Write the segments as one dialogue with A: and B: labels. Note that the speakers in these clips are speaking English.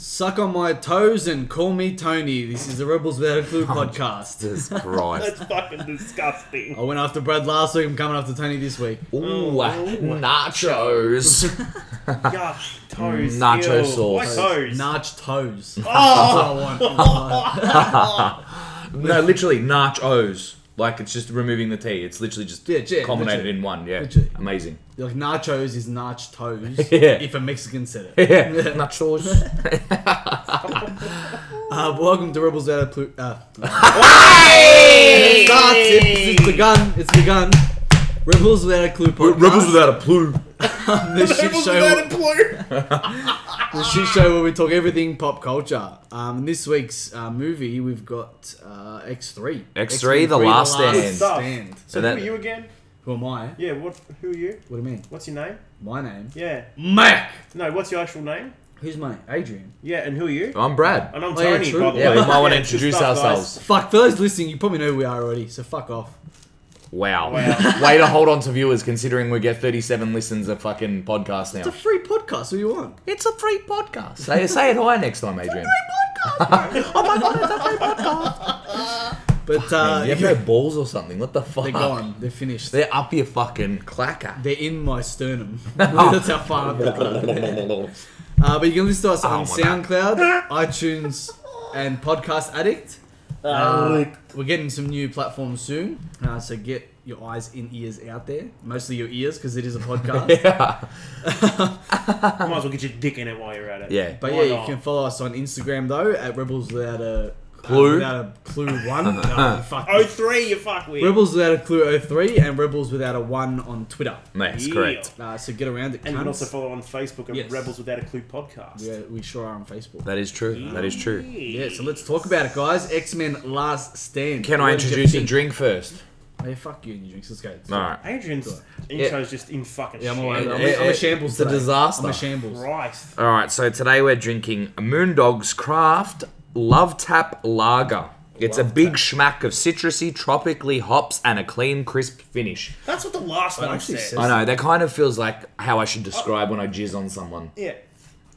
A: Suck on my toes and call me Tony. This is the Rebels Without a Clue podcast.
B: Jesus Christ.
C: That's fucking disgusting.
A: I went after Brad last week. I'm coming after Tony this week.
B: Ooh, oh. nachos.
C: Gosh, toes.
B: Nacho
C: ew.
B: sauce.
C: My toes.
A: Notch toes. That's what I want.
B: no, literally nachos. Like it's just removing the T. It's literally just
A: Yeah, yeah,
B: culminated
A: literally.
B: in one. Yeah,
A: Literally.
B: amazing.
A: Like nachos is notch toes.
B: Yeah.
A: If a Mexican said it.
B: Yeah, nachos.
A: Uh, welcome to Rebels Without a Clue. Uh, it starts. It's, it's begun. It's begun. Rebels Without a Clue podcast.
B: without a plume.
A: the shit
C: Rebels
A: show.
C: without a clue.
A: the shit show where we talk everything pop culture. Um, this week's uh, movie we've got uh, X3.
B: X3, The Last
C: Good
B: Stand.
C: stuff. So
B: that-
C: who are you again?
A: Who am I?
C: Yeah, what? Who are you?
A: What do you mean?
C: What's your name?
A: My name?
C: Yeah.
A: Mac.
C: No, what's your actual name?
A: Who's my name? Adrian.
C: Yeah, and who are you?
B: I'm Brad.
C: And I'm
A: Oh, yeah,
C: Tony,
A: true.
C: by the
B: Yeah,
C: way.
B: we might want to
C: it's good
B: introduce
C: stuff, guys.
B: ourselves.
A: Fuck, for those listening, you probably know who we are already, so fuck off.
B: Wow.
C: Wow.
B: Way to hold on to viewers considering we get 37 listens a fucking podcast
A: It's a
B: now.
A: free podcast, what do you want?
B: It's a free podcast. Say, say it high next time, Adrian.
C: Oh
A: But, uh,
B: you have no balls or something. What the fuck?
A: they're gone, they're finished.
B: They're up your fucking clacker.
A: They're in my sternum. That's how far I've gone. Uh, but you can listen to us on
B: Oh, my God.
A: SoundCloud, iTunes, and Podcast Addict. Uh, we're getting some new platforms soon, uh, so get your eyes and ears out there. Mostly your ears, because it is a podcast.
B: yeah.
C: Might as well get your dick in it while you're at it.
B: Yeah.
A: But
C: Why
A: yeah, you
C: not?
A: can follow us on Instagram though at Rebels Without a
B: Clue.
A: uh, without a Clue One. no, fuck.
C: Oh three, you fuck with.
A: Rebels Without a Clue 03 and Rebels Without a One on Twitter.
B: That's
C: Yeah.
B: correct.
A: Uh, so get around it.
C: And you
A: cunts.
C: can also follow on Facebook at
A: Yes.
C: Rebels Without a Clue podcast.
A: yeah, we sure are on Facebook.
B: That is true. That is true.
A: Yeah, so let's talk about it, guys. X Men Last Stand.
B: Can I
A: What did you
B: introduce a
A: think?
B: drink first?
A: Hey, fuck you and your drinks. Let's go. Let's
B: All
A: go.
B: right.
C: Adrian's intro is just in fucking
A: Yeah, I'm, all right.
C: shit.
A: I'm, a-
B: It-
A: I'm a
B: it-
A: shambles.
B: it's a
A: today.
B: Eh, disaster.
A: I'm a shambles.
C: Christ.
B: All right, so today we're drinking Moondog's Craft Love Tap Lager. It's a big schmack of citrusy, tropically hops and a clean, crisp finish.
C: That's what the last one
A: actually
C: said.
A: said-
B: I know, that kind of feels like how I should describe when I jizz on someone.
C: Yeah.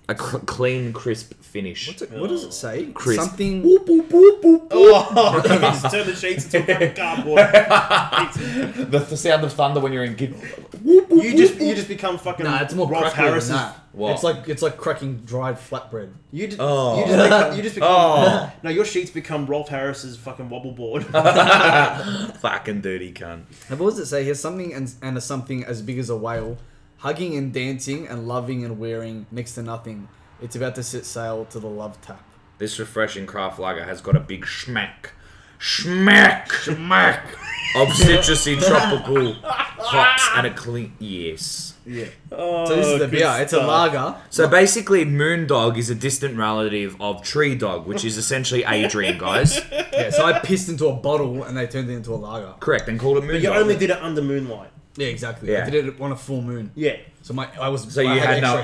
B: A cl- clean, crisp finish.
A: What's it, what does it say?
B: Crisp.
A: Something.
B: Boop, boop, boop, boop, boop.
C: Oh, you just turn the sheets into a fucking cardboard. It's-
B: The, the sound of thunder when you're in. Gid-
C: you just you just become fucking
A: Nah, it's more
C: Rolf
A: crackling
C: Harris's.
A: than that.
B: What?
A: It's like it's like cracking dried flatbread.
C: You, d-
B: Oh.
C: you just become, you just become
B: Oh.
C: no your sheets become Rolf Harris's fucking wobble board.
B: Fucking dirty cunt.
A: Now, what does it say here? Something and, and a something as big as a whale, hugging and dancing and loving and wearing next to nothing. It's about to set sail to the love tap.
B: This refreshing craft lager has got a big schmack. Schmack! Schmack! Of citrusy tropical hops and a clean. Yes.
A: Yeah.
C: oh,
A: So this is the
C: good
A: beer. It's a
C: stuff.
A: lager.
B: So basically, Moondog is a distant relative of Tree Dog, which is essentially Adrian, guys.
A: Yeah. So I pissed into a bottle and they turned it into a lager.
B: Correct, and called it Moondog.
C: You only did it under moonlight.
A: Yeah, exactly.
B: Yeah.
A: I did it on a full moon.
C: Yeah.
A: So my I was
B: So
A: I
B: you had,
A: extra
B: no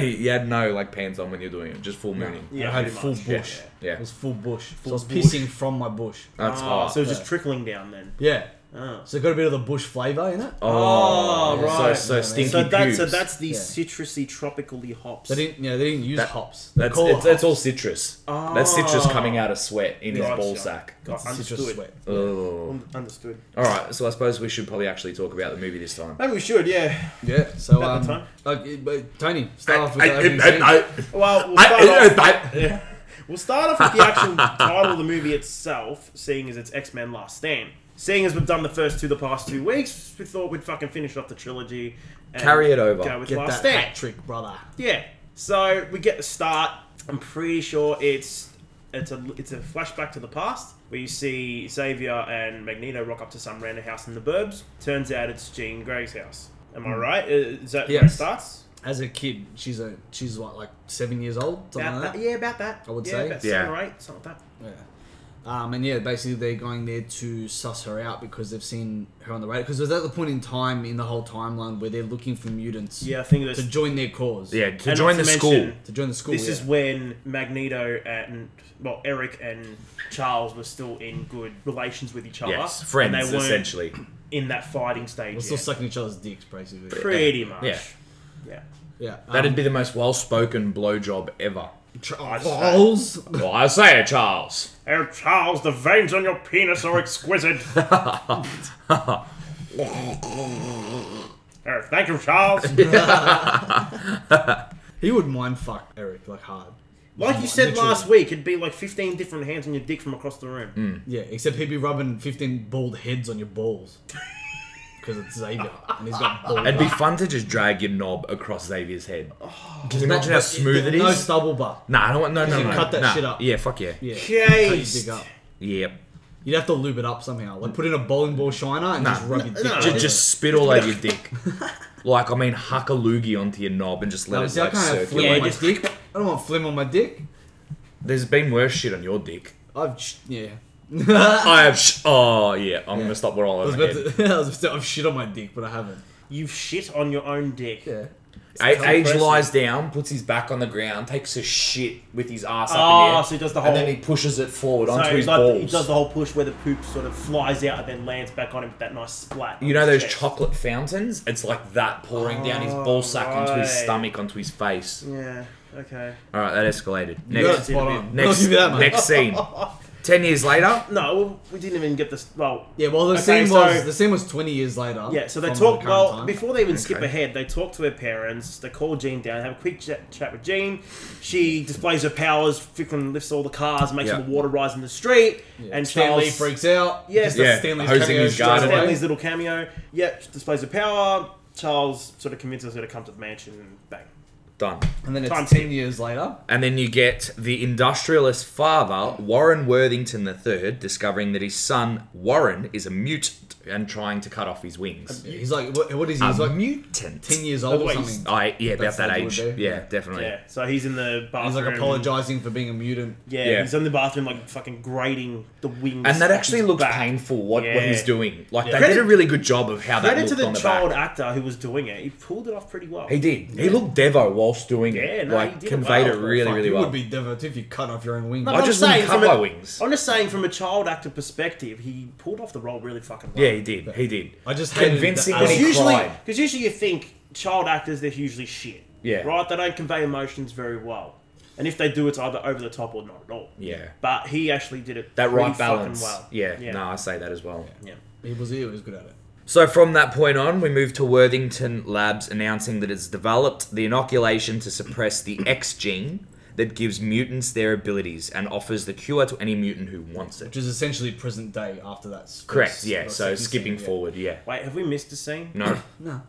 A: hair.
B: you had no like pants on when you're doing it, just full mooning.
C: Yeah,
A: I had
C: pretty
A: full
C: much.
A: bush.
C: Yeah.
B: Yeah.
A: It was full bush. so I was
C: bush.
A: pissing from my bush.
B: That's
C: Ah,
B: hard.
C: so it was just trickling down then.
A: Yeah.
C: Ah.
A: So it got a bit of the bush flavour in it.
B: oh,
C: Oh, right.
B: So, so stinky
C: So that's so
B: pubes.
C: that's the
A: Yeah.
C: citrusy tropically hops.
A: They didn't. Yeah, they didn't use
B: That-
A: hops. They
B: That's
A: call it
B: it's, it's all
A: hops.
B: citrus. That's citrus coming out of sweat in his
C: Ah. Gotcha.
B: ball sack.
C: Got-
A: citrus
C: understood.
A: sweat.
B: Oh.
C: Un- Understood.
B: All right, so I suppose we should probably actually talk about the movie this time.
C: Maybe we should, yeah.
A: Yeah. So
C: About
A: um,
C: the time.
A: like, it- but Tony, start off with the opening scene.
C: Well, we'll start off, we'll start off with the actual title of the movie itself, seeing as it's X Men Last Stand. Seeing as we've done the first two the past two weeks, we thought we'd fucking finish off the trilogy. And
B: Carry it over.
C: Go with
A: Get
C: Last
A: that
C: Stand.
A: hat trick, brother.
C: Yeah. So we get the start. I'm pretty sure it's it's a it's a flashback to the past where you see Xavier and Magneto rock up to some random house in the burbs. Turns out it's Jean Grey's house. Am I right? Is that where it
A: Hmm. Yes.
C: starts?
A: As a kid, she's a she's what like seven years old, something
C: About
A: like
C: that.
A: that.
C: Yeah, about that.
A: I would
C: yeah,
A: say.
C: About
B: Yeah.
C: Seven or eight, something like that.
A: Yeah. Um, and yeah, basically they're going there to suss her out because they've seen her on the radio. Because it was at the point in time in the whole timeline where they're looking for mutants
C: Yeah, I think that's.
A: to join their cause.
B: Yeah, to
C: and
B: join
C: not
B: the
C: to
B: school.
C: mention,
A: To join the school.
C: This is
A: yeah.
C: when Magneto and well Eric and Charles were still in good relations with each other.
B: yes, friends
C: and they weren't
B: essentially.
A: um,
C: in that fighting stage.
A: We're still
C: yet.
A: sucking each other's dicks, basically.
C: Pretty much.
B: Yeah.
C: Yeah.
A: Yeah. Um,
B: That'd be Oh, the most well-spoken blowjob ever.
A: Charles.
B: Well, I say it, Charles.
C: Oh, Charles, the veins on your penis are exquisite. oh, thank you, Charles.
A: He would mind fuck Eric like hard.
C: Like you said last week, it'd be like 15 different hands on your dick from across the room.
A: Yeah, except he'd be rubbing 15 bald heads on your balls. Because it's Xavier. And he's got bald
B: It'd be fun to just drag your knob across Xavier's head. Can you
A: Not-
B: imagine how smooth it
A: Oh, No
B: is?
A: stubble butt.
B: Nah, I don't want. No, no,
A: You
B: no.
A: cut that
B: nah.
A: shit up.
B: Yeah, fuck yeah.
A: Yeah. Cut your
C: Christ.
A: dick up.
B: Yep.
A: You'd have to lube it up somehow. Like put in a bowling ball shiner and just rub your dick.
C: no,
A: on
B: Ju-
A: it.
B: just spit all over your dick. Like, I mean, huck a loogie onto your knob and just let
A: No,
B: it
A: see, I
B: like
A: can't have
B: circulate.
A: flim on
C: Yeah,
A: my
C: just-
A: dick. I don't want flim on my dick.
B: There's been worse shit on your dick.
A: I've sh- yeah.
B: I have. Sh- oh yeah, I'm gonna stop where all
A: I was
B: over my
A: about
B: head.
A: to. I was about to. I've shit on my dick, but I haven't.
C: You've shit on your own dick.
A: Yeah.
B: A- Age
C: impressive.
B: lies down, puts his back on the ground, takes a shit with his ass up in the
C: Oh,
B: air,
C: so he does the
B: and
C: whole.
B: then he pushes it forward
C: so
B: onto
C: he
B: his
C: like- he
B: balls.
C: does the whole push where the poop sort of flies out and then lands back on him with that nice splat.
B: you
C: on
B: know those
C: his chest.
B: chocolate fountains? It's like that pouring down his ball sack onto his
C: right.
B: stomach, onto his face.
C: Yeah, okay.
B: All right, that escalated.
A: You got it
B: Next,
A: spot on. I'll
B: next,
A: give you that, mate.
B: next scene. Ten years later,
C: No, well, we didn't even get this. Well,
A: Yeah. Well, the
C: Okay,
A: scene
C: so-
A: was the scene was twenty years later.
C: Yeah, so they
A: from
C: talk.
A: the current
C: Well,
A: time.
C: before they even skip
B: Okay.
C: ahead, they talk to her parents. They call Jean down, have a quick chat, chat with Jean. She displays her powers, freaking lifts all the cars, makes
B: Yeah.
C: all the water rise in the street, and
A: Stanley
C: Charles
A: freaks out.
C: Yeah.
A: Just a
B: Yeah,
A: Stanley's
B: hosing
A: cameo
B: his
A: straight
B: garden.
A: away.
C: Stanley's little cameo. Yep, she displays her power. Charles sort of convinces her to come to the mansion, and bang.
B: done.
A: And then it's
C: Time
A: ten
C: skip.
A: years later.
B: And then you get the industrialist father, Warren Worthington III, discovering that his son, Warren, is a mutant and trying to cut off his wings.
A: He's like, what, what is he?
B: A
A: He's like
B: mutant.
A: ten years old or
C: Otherwise- oh,
A: something.
B: I, yeah, about
A: That's
B: that
A: what it
B: age.
A: would be.
B: Yeah, definitely.
C: Yeah, so he's in the
A: He's
C: bathroom.
A: like apologizing for being a mutant.
C: Yeah,
B: Yeah.
C: he's in the bathroom, like fucking grating the wings.
B: And that
C: off
B: actually
C: his
B: looks
C: back.
B: painful, what, what
C: Yeah.
B: he's doing. Like, they
C: Credit-
B: did a really good job of how that
C: Credit
B: looked
C: to the,
B: on the
C: child
B: back.
C: actor who was doing it. He pulled it off pretty well.
B: He did. He looked devo whilst doing
C: Yeah,
B: it.
C: no, he
B: like,
C: did it
B: conveyed
C: well.
B: it really,
A: Fuck,
B: really
A: you
B: well.
A: would be devastated if you cut off your own wing.
C: No,
B: I
C: I'm
B: just wouldn't
C: saying
B: cut
C: from a-
B: my wings.
C: I'm just saying, from a child actor perspective, he pulled off the role really fucking well.
B: Yeah, he did. He did.
A: I just hated
B: Convincing
A: that-
B: when
A: I-
B: he
C: usually
B: cried.
C: because usually you think child actors they're usually shit.
B: Yeah.
C: right. They don't convey emotions very well, and if they do, it's either over the top or not at all.
B: Yeah.
C: But he actually did it
B: That
C: pretty
B: right balance.
C: Fucking well.
B: Yeah.
C: yeah.
B: no, I say that as well.
C: yeah.
A: He was he was good at it.
B: So from that point on, we move to Worthington Labs announcing that it's developed the inoculation to suppress the X gene that gives mutants their abilities and offers the cure to any mutant who wants it.
A: Which is essentially present day after that. first-
B: Correct, yeah.
A: that
B: So
A: second
B: skipping
A: scene, yeah.
B: forward, yeah.
C: Wait, have we missed a scene?
B: No.
A: No,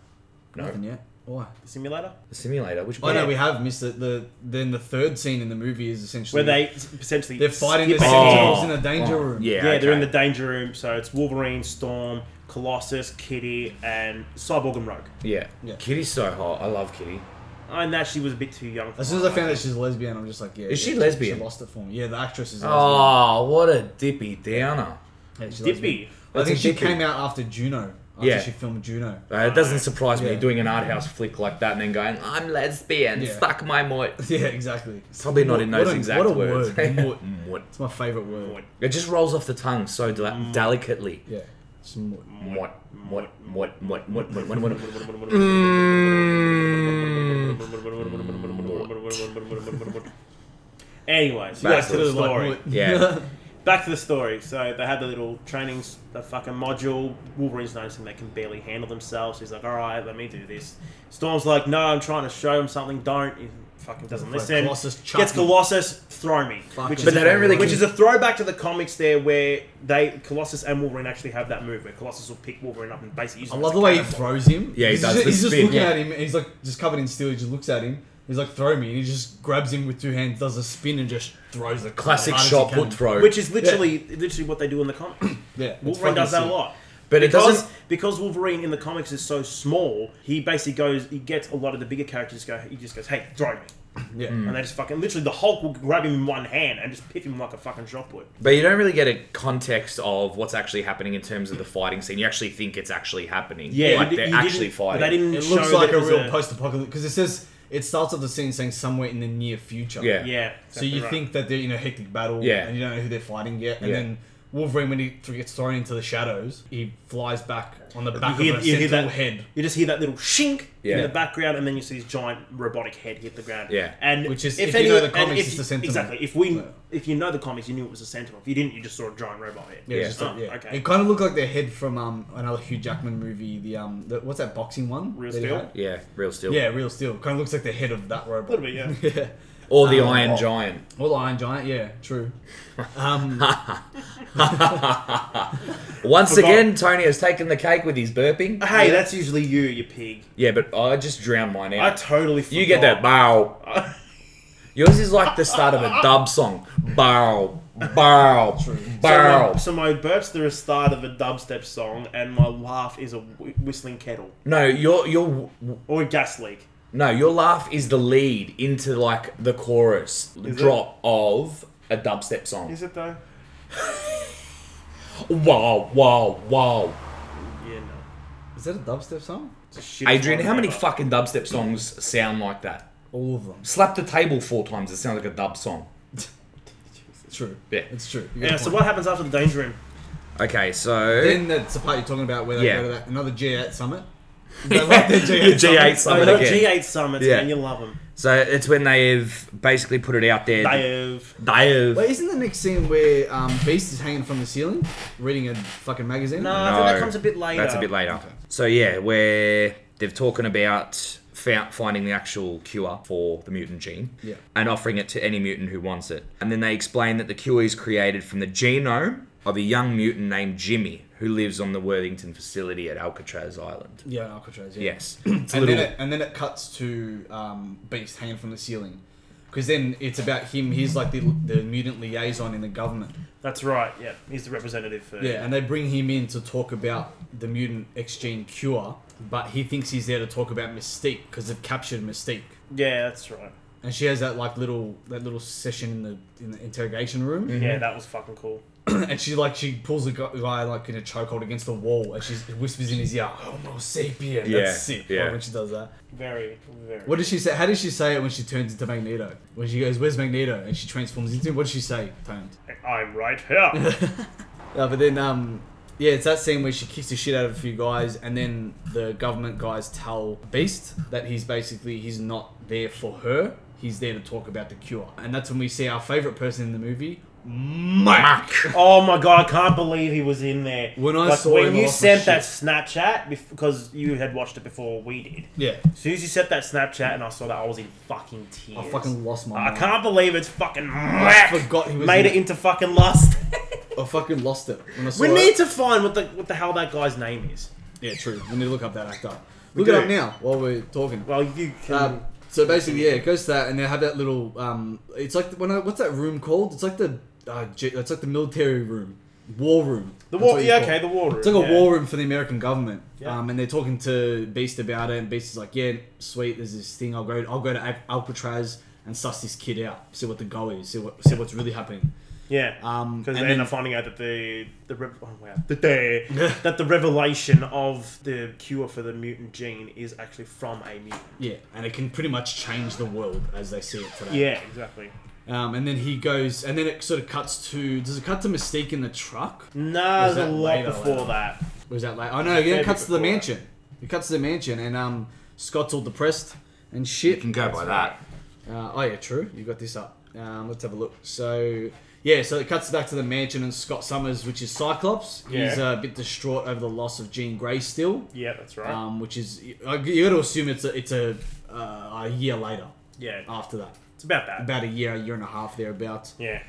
B: No.
A: nothing yet. Why?
C: The simulator
B: The simulator, which
A: Oh
B: yeah.
A: no, we have missed it. The then the third scene in the movie is essentially
C: where they essentially
A: they're fighting the
C: skip ahead.
A: Sentinels
B: Oh.
A: in the danger
B: Oh,
A: room.
B: yeah.
C: Yeah, they're in
B: okay.
C: the danger room. So it's Wolverine, Storm, Colossus, Kitty, and Cyborg and Rogue.
B: Yeah.
A: Yeah.
B: Kitty's so hot. I love Kitty.
C: And that she was a bit too young. For
A: As soon as
C: my
A: I found out
C: liking.
A: she's a lesbian, I'm just like, yeah.
B: Is
A: yeah,
B: she lesbian?
A: She lost it for me. Yeah, the actress is. lesbian.
B: Oh, what a dippy downer.
A: Yeah, she's
C: Dippy.
A: lesbian. I
B: That's
A: think
B: a
A: she
B: dippy.
A: came out after Juno. After
B: Yeah.
A: she filmed Juno.
B: Uh, it doesn't surprise me
A: Yeah.
B: doing an art house flick like that and then going, I'm lesbian,
A: Yeah.
B: suck my moit.
A: Yeah, exactly. It's
B: Probably not in those
A: what a,
B: exact
A: what a
B: words.
A: Word. Moot.
B: Moit.
A: It's my favorite word.
B: It just rolls off the tongue so del-
C: Mm.
B: delicately.
A: Yeah. It's moot.
B: What? What? What? What? What? What? What? What?
A: Mm.
C: Mm. Anyways,
B: Back
C: back
B: to
C: to the
A: It's like
C: story.
A: moot.
B: Yeah.
C: Back to the story. So they had the little training, s- the fucking module. Wolverine's noticing they can barely handle themselves. He's like, "All right, let me do this." Storm's like, "No, I'm trying to show him something. Don't." He fucking doesn't
A: Like
C: listen.
A: Colossus chuck
C: Gets
A: me.
C: Colossus, throw me.
A: Fucking
C: Which is
B: But
C: a-
B: they don't really
C: which is a throwback to the comics there, where they Colossus and Wolverine actually have that move where Colossus will pick Wolverine up and basically use.
A: I
C: him
A: love
C: as
A: the
C: a
A: way he
C: cannonball.
A: throws him.
B: Yeah, he
A: he's
B: does
A: Just,
B: the
A: he's just
B: spin,
A: looking
B: yeah.
A: at him, and he's like just covered in steel. He just looks at him. He's like, "Throw me!" And he just grabs him with two hands, does a spin, and just throws the
B: Classic
A: hardest he
B: shot
A: can.
B: put throw.
C: Which is literally literally what they do in the comics.
A: Yeah, it's
C: Wolverine
A: fucking
C: does that a
A: sick.
C: lot.
B: But it
C: because,
B: doesn't-
C: because Wolverine in the comics is so small, he basically goes he gets a lot of the bigger characters go he just goes, Hey, throw me.
A: Yeah,
B: Hmm.
C: And they just fucking literally the Hulk will grab him in one hand and just pick him like a fucking shop would.
B: But you don't really get a context of what's actually happening in terms of the fighting scene. You actually think it's actually happening. like
C: you-
B: they're
C: you
B: actually
C: didn't- but
B: fighting.
C: They didn't
A: it
C: show
A: looks like
C: that
A: a
C: it was
A: real post-apocalypse because it says it starts off the scene saying somewhere in the near future.
B: Yeah.
C: Yeah.
A: So you
C: exactly right.
A: think that they're in a hectic battle,
B: Yeah.
A: and you don't know who they're fighting yet, and
B: Yeah.
A: then Wolverine, when he th- gets thrown into the shadows, he flies back on the back
C: hear-
A: of a
C: you hear
A: central
C: that-
A: head,
C: You just hear that little shink
B: Yeah.
C: in the background, and then you see this giant robotic head hit the ground.
B: Yeah.
C: and
A: Which is- if you know the
C: and
A: comics,
C: if-
A: it's the Sentinel.
C: Exactly. If we,
A: Yeah.
C: if you know the comics, you knew it was a sentinel. If you didn't, you just saw a giant robot head.
A: Yeah,
B: Yeah.
A: Just like,
C: Oh,
A: yeah.
C: okay.
A: It kind of looked like the head from um, another Hugh Jackman movie. The um, the, what's that boxing one?
C: Real
A: that he
C: Steel?
A: had?
B: Yeah, real steel.
A: Yeah, Real Steel. Kind of looks like the head of that robot.
C: A little bit, yeah.
A: yeah.
B: Or the
A: Um,
B: Iron
A: oh.
B: Giant.
A: Or the Iron Giant. Yeah, true. Um,
B: Once
C: Forgot.
B: again, Tony has taken the cake with his burping.
C: Hey, that's usually you, you pig.
B: Yeah, but I just drowned mine
C: I
B: out.
C: totally. Forgot.
B: you get that bow. Yours is like the start of a dub song. Bow, bow,
C: So
B: bow.
C: my, so my burps are a start of a dubstep song, and my laugh is a wh- whistling kettle
B: No, your your
C: or a gas leak.
B: no, your laugh is the lead into like the chorus
C: it?
B: drop of a dubstep song.
C: Is it though?
B: Wow, wow, wow.
C: Yeah, no.
A: is that a dubstep song?
C: It's a shit
B: Adrian,
C: song
B: how many
C: ever.
B: fucking dubstep songs sound like that?
A: All of them.
B: Slap the table four times. It sounds like a dub song.
A: It's true.
B: Yeah.
A: It's true. You got
C: Yeah.
A: a
C: So
A: point.
C: what happens after the danger room?
B: Okay, so
A: Then that's the part you're talking about where they
B: Yeah.
A: go to that another G8 summit. They like their G8
B: G8
A: summit.
B: Summit
C: Oh, the
B: again.
C: G8 summits,
B: Yeah.
C: man. You love them.
B: So it's when they've basically put it out there.
C: They have.
B: They have-
A: Wait, isn't the next scene where um, Beast is hanging from the ceiling, reading a fucking magazine?
C: No, I think that comes a bit later.
B: That's a bit later. So yeah, where they're talking about fou- finding the actual cure for the mutant gene
A: Yeah.
B: and offering it to any mutant who wants it. And then they explain that the cure is created from the genome of a young mutant named Jimmy who lives on the Worthington facility at Alcatraz Island.
A: Yeah, Alcatraz. Yeah.
B: Yes. It's a
A: and
B: little,
A: then it, and then it cuts to um, Beast hanging from the ceiling, because then it's about him. He's like the the mutant liaison in the government.
C: That's right. Yeah, he's the representative for.
A: Yeah, and they bring him in to talk about the mutant X gene cure, but he thinks he's there to talk about Mystique because they've captured Mystique,
C: Yeah, that's right.
A: and she has that like little that little session in the in the interrogation room,
B: Mm-hmm.
C: Yeah, that was fucking cool.
A: and she like she pulls the gu- guy like in a chokehold against the wall, and she whispers in his ear, "Homo sapien."
B: Yeah,
A: That's sick.
B: yeah.
A: like, when she does that.
C: Very, very.
A: What does she say? How does she say it when she turns into Magneto? When she goes, "Where's Magneto?" and she transforms into him. What does she say? Tones.
C: I'm right here.
A: Yeah, but then um, yeah, it's that scene where she kicks the shit out of a few guys, and then the government guys tell Beast that he's basically he's not there for her. He's there to talk about the cure, and that's when we see our favorite person in the movie, Mike.
C: oh my god, I can't believe he was in there.
A: When I saw
C: when
A: him, I
C: you
A: lost my
C: sent
A: shit.
C: that Snapchat bef- because you had watched it before we did.
A: Yeah,
C: As soon as you sent that Snapchat and I saw that, I was in fucking tears.
A: I fucking lost my.
C: I
A: mind.
C: can't believe it's fucking Mac
A: forgot he was
C: made
A: in
C: it
A: it.
C: into fucking Lust.
A: I fucking lost it when I saw
C: we
A: it.
C: need to find what the what the hell that guy's name is.
A: yeah, true. We need to look up that actor. Look
C: do.
A: it up now while we're talking.
C: Well, you can.
A: Um, so basically, yeah, it goes to that, and they have that little. Um, it's like when I, what's that room called? It's like the uh, G, it's like the military room, war room.
C: the
A: That's
C: war.
A: what
C: Yeah,
A: it's
C: okay,
A: called.
C: the war room.
A: It's like a
C: yeah.
A: war room for the American government,
C: Yeah.
A: um, and they're talking to Beast about it, and Beast is like, "Yeah, sweet, there's this thing. I'll go, I'll go to Al- Alcatraz and suss this kid out, see what the go is, see what, see what's really happening."
C: Yeah.
A: Um,
C: Because
A: and
C: they end
A: then-
C: up finding out that the the rev- oh, wow. that the that the revelation of the cure for the mutant gene is actually from a mutant.
A: Yeah, and it can pretty much change the world as they see it today.
C: Yeah, exactly.
A: Um, and then he goes, and then it sort of cuts to. Does it cut to Mystique in the truck?
C: No,
A: Is
C: there's a
A: that
C: lot
A: later,
C: before
A: later?
C: that.
A: Was that like? Oh no, yeah,
C: Maybe
A: it cuts to the
C: before.
A: mansion. It cuts to the mansion, and um, Scott's all depressed and shit.
B: you can go by that.
A: Uh, oh yeah, true. You got this up. Um, let's have a look. So yeah, so it cuts back to the mansion and Scott Summers, which is Cyclops. He's
C: Yeah.
A: uh, a bit distraught over the loss of Jean Grey still,
C: Yeah, that's right.
A: um, which is you got to assume it's a, it's a uh, a year later
C: yeah,
A: after that,
C: it's about that.
A: about a year, a year and a half thereabouts.
C: yeah.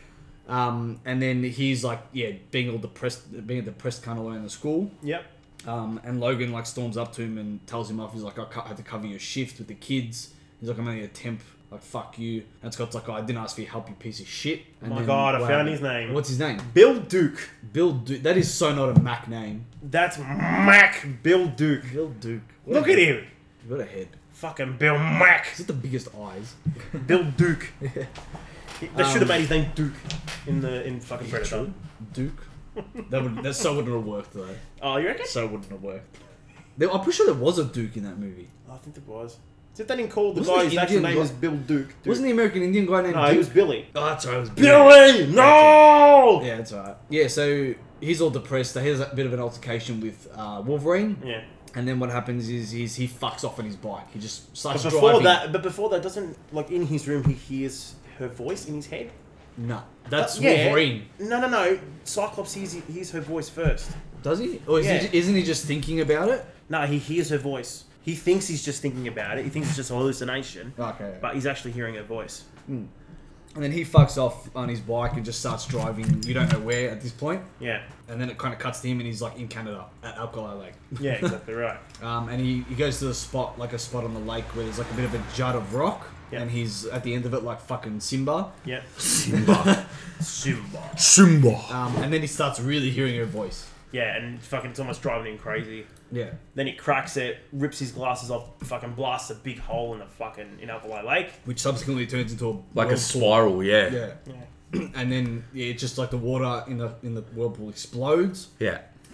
A: Um, and then he's like, yeah, being all depressed, being a depressed kind of way in the school.
C: Yep.
A: Um, and Logan like storms up to him and tells him off. He's like, I ca- had to cover your shift with the kids. He's like, I'm only a temp. Like, fuck you. And Scott's like, I didn't ask for your help, you piece of shit. And
C: Oh my God, I
A: wow.
C: found his name.
A: What's his name?
C: Bill Duke.
A: Bill Duke. That is so not a Mac name.
C: That's Mac Bill Duke.
A: Bill Duke. What
C: Look
A: a-
C: at him.
A: What a head.
C: Fucking Bill Mac.
A: He's got the biggest eyes.
C: Bill Duke. He- They should
A: Um,
C: have made his name Duke in the in fucking Predator.
A: Duke. That would that so wouldn't have worked though.
C: Oh, you reckon?
A: So wouldn't have worked. There- I'm pretty sure there was a Duke in that movie.
C: I think it was. Is it that he called the
A: Wasn't
C: guy
A: it
C: whose actual
A: Indian
C: name
A: guy-
C: is Bill Duke? Duke.
A: Wasn't the American Indian guy named
C: No, he
A: Duke?
C: was Billy.
A: Oh, that's right. It was
C: Billy! No!
A: Yeah, that's right. Yeah, so he's all depressed. He has a bit of an altercation with uh, Wolverine,
C: Yeah.
A: and then what happens is he's, he fucks off on his bike. He just
C: But
A: starts
C: before
A: driving.
C: that, but before that, doesn't like in his room he hears her voice in his head.
A: no, that's
C: Uh, yeah.
A: Wolverine.
C: No, no, no. Cyclops hears, hears her voice first.
A: Does he? Or is
C: Yeah.
A: he, isn't he just thinking about it?
C: No, he hears her voice. He thinks he's just thinking about it. He thinks it's just a hallucination,
A: Okay.
C: but he's actually hearing her voice.
A: And then he fucks off on his bike and just starts driving. You don't know where at this point.
C: Yeah.
A: And then it kind of cuts to him, and he's like in Canada at Alcohol Lake.
C: Yeah, exactly right.
A: Um, and he, he goes to the spot, like a spot on the lake where there's like a bit of a jut of rock.
C: Yeah.
A: And he's at the end of it like fucking Simba.
C: Yeah.
B: Simba.
C: Simba.
B: Simba.
A: Um, and then he starts really hearing her voice.
C: Yeah, and fucking, it's almost driving him crazy.
A: Yeah.
C: Then he cracks it, rips his glasses off, fucking blasts a big hole in the fucking in Alkali Lake.
A: Which subsequently turns into a
B: Like
A: whirlpool.
B: a spiral, yeah. Yeah.
A: Yeah. And then yeah, it's just like the water in the in the whirlpool explodes.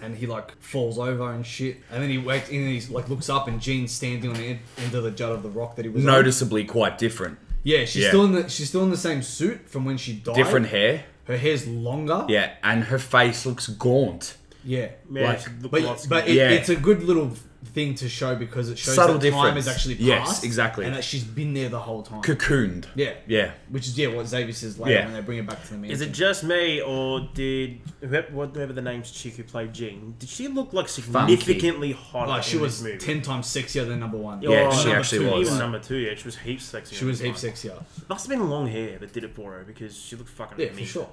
A: and he like falls over and shit. And then he wakes and he like looks up and Jean's standing on the end, end of the jut of the rock that he was. on.
B: Noticeably quite different.
A: Yeah, she's
B: Yeah.
A: still in the she's still in the same suit from when she died.
B: Different hair.
A: Her hair's longer.
B: Yeah, and her face looks gaunt.
A: Yeah.
C: Yeah,
B: Like-
C: she looked a lot
A: But
C: skinnier.
A: but it,
B: Yeah.
A: it's a good little thing to show because it shows
B: Subtle
A: that time
B: difference.
A: has actually passed.
B: Yes, exactly.
A: And that she's been there the whole time.
B: Cocooned.
A: yeah.
B: Yeah.
A: Which is yeah what Xavier says later
B: Yeah.
A: when they bring it back to the mansion.
C: Is it just me, or did whoever, whatever the name's chick who played Jean? Did she look like significantly hotter?
A: like she
C: in
A: was
C: this movie?
A: ten times sexier than number one.
B: Yeah,
C: Oh,
B: she
C: number
B: actually
C: two,
B: was.
C: Even number two, yeah, she was heaps sexier.
A: She was
C: at the
A: heap
C: time.
A: sexier.
C: Must have been long hair that did it for her because she looked fucking.
A: Yeah, for
C: amazing.
A: sure.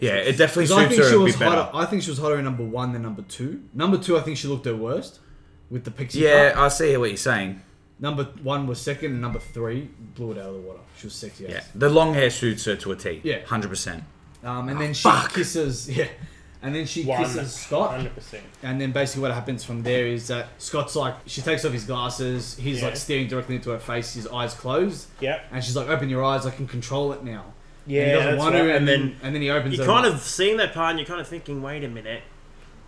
C: she
B: Yeah,
C: was-
B: it definitely
A: Because I
B: suits
A: think she
B: her a
A: was
B: bit
A: hotter.
B: better.
A: I think she was hotter in number one than number two. Number two, I think she looked her worst with the pixie.
B: Yeah,
A: cut.
B: I see what you're saying.
A: Number one was second, and number three blew it out of the water. She was sexy.
B: Yeah,
A: As.
B: the long hair suits her to a T.
A: Yeah.
B: hundred percent.
A: Um, and then she
B: Ah, fuck.
A: kisses. Yeah. And then she
C: One
A: kisses Scott,
C: hundred percent.
A: and then basically what happens from there is that Scott's like she takes off his glasses, he's
C: Yeah.
A: like staring directly into her face, his eyes closed,
C: Yeah,
A: and she's like, "Open your eyes, I can control it now."
C: yeah.
A: and he doesn't
C: that's
A: want
C: right.
A: to,
C: and then
A: and then he opens.
C: you
A: it
C: kind
A: up.
C: of seeing that part, and you're kind of thinking, wait a minute.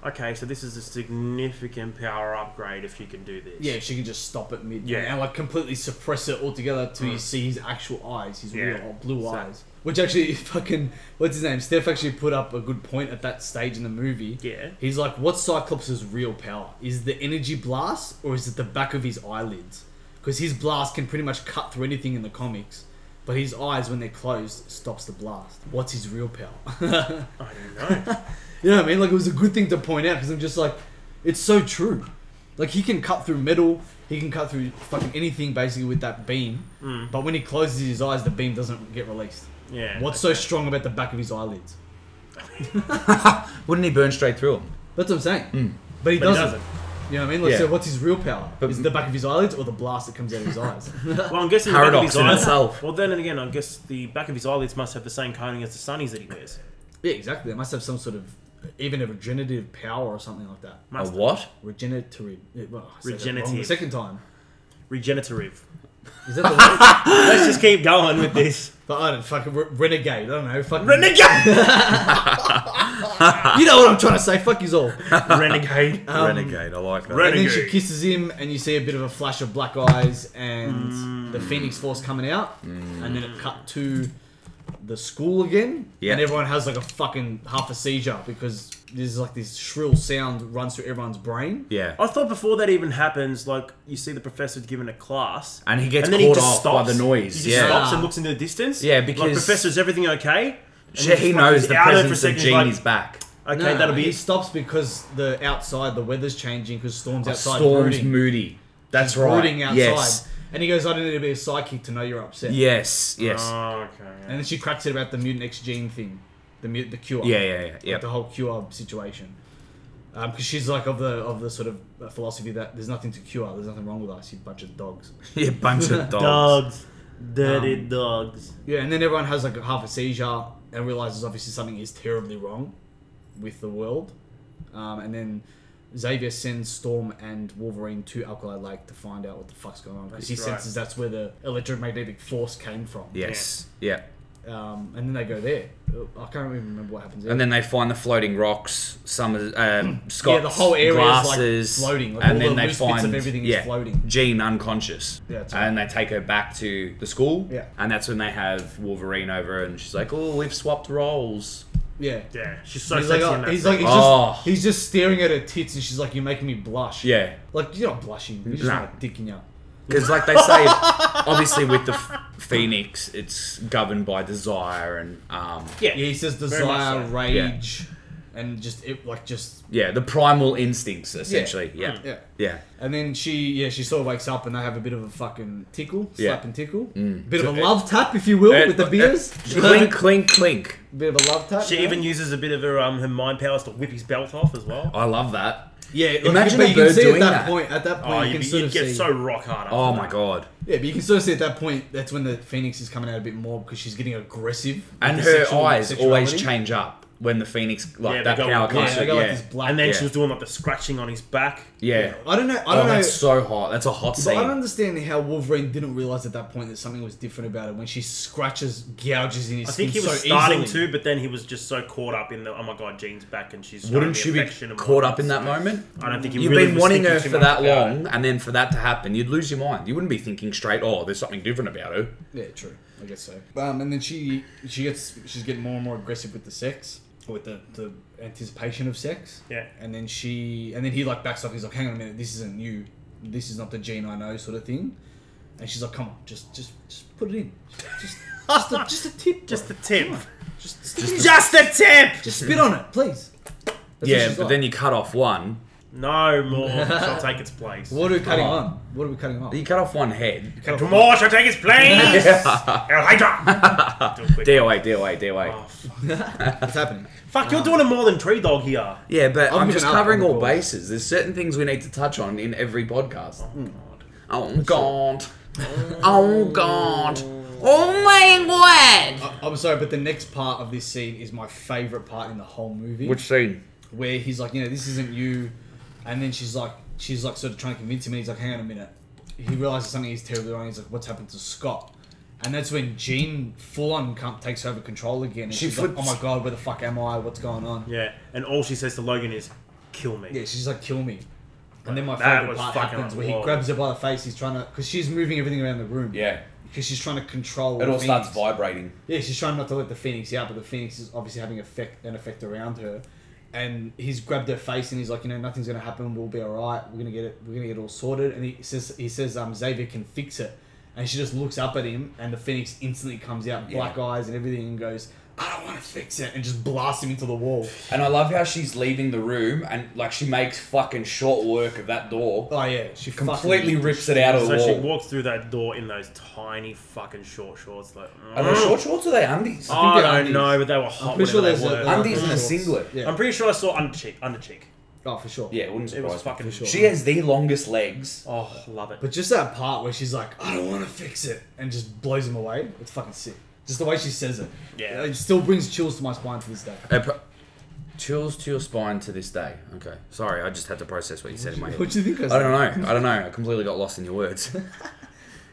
C: Okay, so this is a significant power upgrade if you can do this.
A: Yeah, she can just stop it mid.
C: Yeah. Mm.
A: Yeah, and like completely suppress it altogether till you see his actual eyes, his
C: Yeah.
A: real blue
C: So-
A: eyes. Which actually, fucking, what's his name? Steph actually put up a good point at that stage in the movie.
C: Yeah.
A: He's like, what's Cyclops' real power? Is the energy blast or is it the back of his eyelids? Because his blast can pretty much cut through anything in the comics. But his eyes, when they're closed, stops the blast. What's his real power?
C: I don't know.
A: You know what I mean? Like it was a good thing to point out because I'm just like, it's so true. Like he can cut through metal, he can cut through fucking anything basically with that beam. But when he closes his eyes, the beam doesn't get released.
C: Mm. Yeah.
A: What's so strong about the back of his eyelids?
B: Wouldn't he burn straight through him?
A: That's what I'm saying. But he
C: But
A: doesn't. You know what I mean? Like, so
B: Mm. Yeah.
A: what's his real power?
B: But-
A: Is it the back of his eyelids or the blast that comes out of his eyes?
C: Well, I'm guessing the back of
B: Paradox
C: his
B: in
C: eyelids-
B: itself.
C: Well, then and again, I guess the back of his eyelids must have the same coating as the sunnies that he wears.
A: yeah, exactly. It must have some sort of, even a regenerative power or something like that.
B: A
C: Must have.
B: what?
A: Regenerative. Well, I said that wrong
C: Regenerative.
A: The second time.
C: Regenerative.
A: Is that the word?
C: Let's just keep going with this.
A: but I don't fucking re- renegade. I don't know. Fucking
C: Renegade.
A: you know what I'm trying to say. Fuck yous all.
C: Renegade.
A: Um,
B: Renegade. I like that.
C: Renegade.
A: And then she kisses him, and you see a bit of a flash of black eyes and
B: Mm.
A: the Phoenix Force coming out, and then it cut to the school again,
B: Yeah.
A: and everyone has like a fucking half a seizure because there's like this shrill sound runs through everyone's brain.
B: yeah.
C: I thought before that even happens, like you see the professor's giving a class,
B: And he gets
C: and then
B: caught
C: he just
B: off
C: stops
B: by the
C: He
B: noise.
C: just
B: Yeah.
C: stops and looks into the distance.
B: Yeah,
C: like,
B: because-
C: professor, is everything okay? And
B: Shit, he
C: just
B: knows
C: fucking
B: the
C: out there for a
B: presence of
C: second, he's
B: Jean
C: like,
B: is back.
C: Okay,
A: No,
C: that'll
A: He
C: be.
A: stops because the outside, the weather's changing because storms outside.
B: Oh, Storm's
A: brooding.
B: moody. That's right.
A: brooding outside.
B: Yes.
A: And he goes, "I don't need to be a psychic to know you're upset."
B: Yes. Yes.
C: Oh, okay.
A: And then she cracks it about the mutant X gene thing, the mut- the cure.
B: yeah. Yeah. Yeah. Yeah.
A: the whole cure situation. Because she's like of the of the sort of uh, philosophy that there's nothing to cure, there's nothing wrong with us, you bunch of dogs.
B: yeah. Bunch of dogs.
C: Dogs. Dirty
A: Um,
C: dogs.
A: Yeah, and then everyone has like a half a seizure and realizes obviously something is terribly wrong with the world. Um, and then Xavier sends Storm and Wolverine to Alkali Lake to find out what the fuck's going on because he
C: That's right.
A: senses that's where the electromagnetic force came from.
B: Yes. Yeah.
A: um, and then they go there. I can't even remember what happens. There.
B: And then they find the floating rocks, some of um, Scott's
A: yeah, the whole area
B: glasses,
A: is like floating. Like
B: and
A: all
B: then
A: the
B: they
A: loose
B: find
A: bits of everything
B: yeah,
A: is floating.
B: Jean unconscious.
A: Yeah, that's
B: and they take her back to the school.
A: Yeah.
B: and that's when they have Wolverine over, and she's like, "Oh, we've swapped roles."
A: Yeah.
D: Yeah, she's so
A: he's like,
D: sexy
A: oh,
D: in that.
A: he's
D: scene.
A: like, he's
B: Oh.
A: just, he's just staring at her tits, and she's like, "You're making me blush."
B: Yeah,
A: Like you're not blushing. You just
B: Nah.
A: want a dick in you.
B: because like they say, obviously with the ph- Phoenix, it's governed by desire and um,
C: Yeah.
A: Yeah, he says
C: Very much
A: desire,
C: so.
A: rage, and just it like just
B: yeah, the primal instincts essentially. Yeah, yeah.
A: yeah. And then she, yeah, she sort of wakes up and they have a bit of a fucking tickle,
B: Yeah. Mm.
A: slap and tickle, bit of
B: So-
A: a love tap, if you will,
B: Uh,
A: with the
B: uh,
A: beers.
B: clink, clink, clink.
A: bit of a love tap.
C: She even uses a bit of her um her mind powers to whip his belt off as well.
B: I love that.
A: yeah. like,
B: Imagine
A: but
B: a
A: you can
B: bird
A: see
B: doing
A: at that,
B: that.
A: point. At that point,
C: Oh,
A: you
C: you'd,
A: can
C: be-
A: sort
C: you'd
A: of
C: get
A: see.
C: so rock hard. after
B: Oh
C: that.
B: my god.
A: yeah, but you can sort of see at that point. That's when the phoenix is coming out a bit more because she's getting aggressive. with
B: and
A: the
B: her
A: sexual-
B: eyes always
A: sexuality.
B: change up when the phoenix like
C: Yeah,
B: that
C: they go-
B: power comes
A: Yeah, they
B: through.
A: go
B: Yeah,
A: like this black.
C: And then
B: Yeah.
C: she was doing like the scratching on his back.
B: yeah.
A: I don't know. I
B: Oh,
A: don't know.
B: that's so hot. That's a hot
A: But I don't
B: scene.
A: understand how Wolverine didn't realize at that point that something was different about it when she scratches, gouges in his
C: I think he
A: skin
C: was
A: so
C: starting
A: easily.
C: to, but then he was just so caught up in the oh my god, Jean's back and she's showing
B: Wouldn't
C: me
B: you be
C: affection and
B: caught
C: whatnot."
B: up in that moment?
C: I don't think he
B: You've
C: really
B: been
C: was
B: wanting
C: thinking
B: her
C: too
B: for
C: much
B: that
C: about it.
B: long, and then for that to happen, you'd lose your mind. You wouldn't be thinking straight. Oh, there's something different about her.
A: Yeah, true. I guess so. Um, and then she she gets she's getting more and more aggressive with the sex, with the, the anticipation of sex.
C: Yeah.
A: And then she and then he like backs off. He's like, "Hang on a minute, this isn't you. This is not the gene I know," sort of thing. And she's like, "Come on, just just just put it in. Just just a, just a tip.
C: Just the
A: bro.
C: tip.
A: Just stick it in.
C: Just the tip.
A: just spit on it, please." That's what
B: yeah,
A: she's
B: but
A: like.
B: then you cut off one.
C: No more shall take its place.
A: What are we cutting
B: Oh.
A: on? What are we cutting on?
B: You cut off one head.
C: And more shall take its place. El Hydra. Do it quick.
B: Deal away, deal away, deal away.
C: Oh, fuck.
A: What's happening?
C: Fuck, you're doing it more than Tree Dog here.
B: Yeah, but
A: I'll
B: I'm
A: give
B: just
A: an up on
B: covering
A: the
B: all
A: cause.
B: bases. There's certain things we need to touch on in every podcast.
A: Mm.
B: Oh
C: God.
B: god. Oh god. Oh my god.
A: I- I'm sorry, but the next part of this scene is my favorite part in the whole movie,
B: Which scene?
A: where he's like, you know, this isn't you, and then she's like, she's like, sort of trying to convince him, and he's like, hang on a minute. He realizes something is terribly wrong. He's like, what's happened to Scott? And that's when Jean full on come- takes over control again. And
B: She
A: she's like,
B: flips-
A: oh my god, where the fuck am I? What's going on?
C: Yeah, and all she says to Logan is, "Kill me."
A: Yeah, she's like, kill me. And then my
C: That
A: favorite
C: was
A: part
C: fucking
A: happens where he
C: wild.
A: grabs her by the face. He's trying to, because she's moving everything around the room.
B: Yeah.
A: Because she's trying to control.
B: It all
A: things.
B: starts vibrating.
A: Yeah, she's trying not to let the phoenix out, but the phoenix is obviously having effect an effect around her. And he's grabbed her face and he's like, you know, nothing's gonna happen. We'll be all right. We're gonna get it. We're gonna get it all sorted. And he says, he says, um, Xavier can fix it. And she just looks up at him, and the phoenix instantly comes out, black eyes and everything, and goes, I don't want to fix it, and just blasts him into the wall.
B: And I love how she's leaving the room and like she makes fucking short work of that door.
A: Oh yeah, she fucking-
B: Completely rips it out of
C: So
B: the
C: she
B: wall.
C: walks through that door in those tiny fucking short shorts. Like,
B: Are they short shorts or are they undies?
C: Oh, I
A: they're
C: don't
A: undies.
C: know, but they were hot.
A: I'm pretty sure
C: whenever
A: there's
C: they
A: a,
C: were.
B: Undies and a
A: shorts.
B: singlet.
A: Yeah,
C: I'm pretty sure I saw under cheek, under cheek.
A: oh for sure.
B: Yeah, it wouldn't
C: It
B: surprise
C: was fucking
B: me.
C: short.
B: She has the longest legs.
C: Oh, love it.
A: But just that part where she's like, I don't want to fix it, and just blows him away, it's fucking sick. Just the way she says it.
C: Yeah.
A: It still brings chills to my spine to this day.
B: chills to your spine to this day. Okay, sorry, I just had to process what you said in my
A: What do you think I said?
B: I don't know. I don't know. I completely got lost in your words.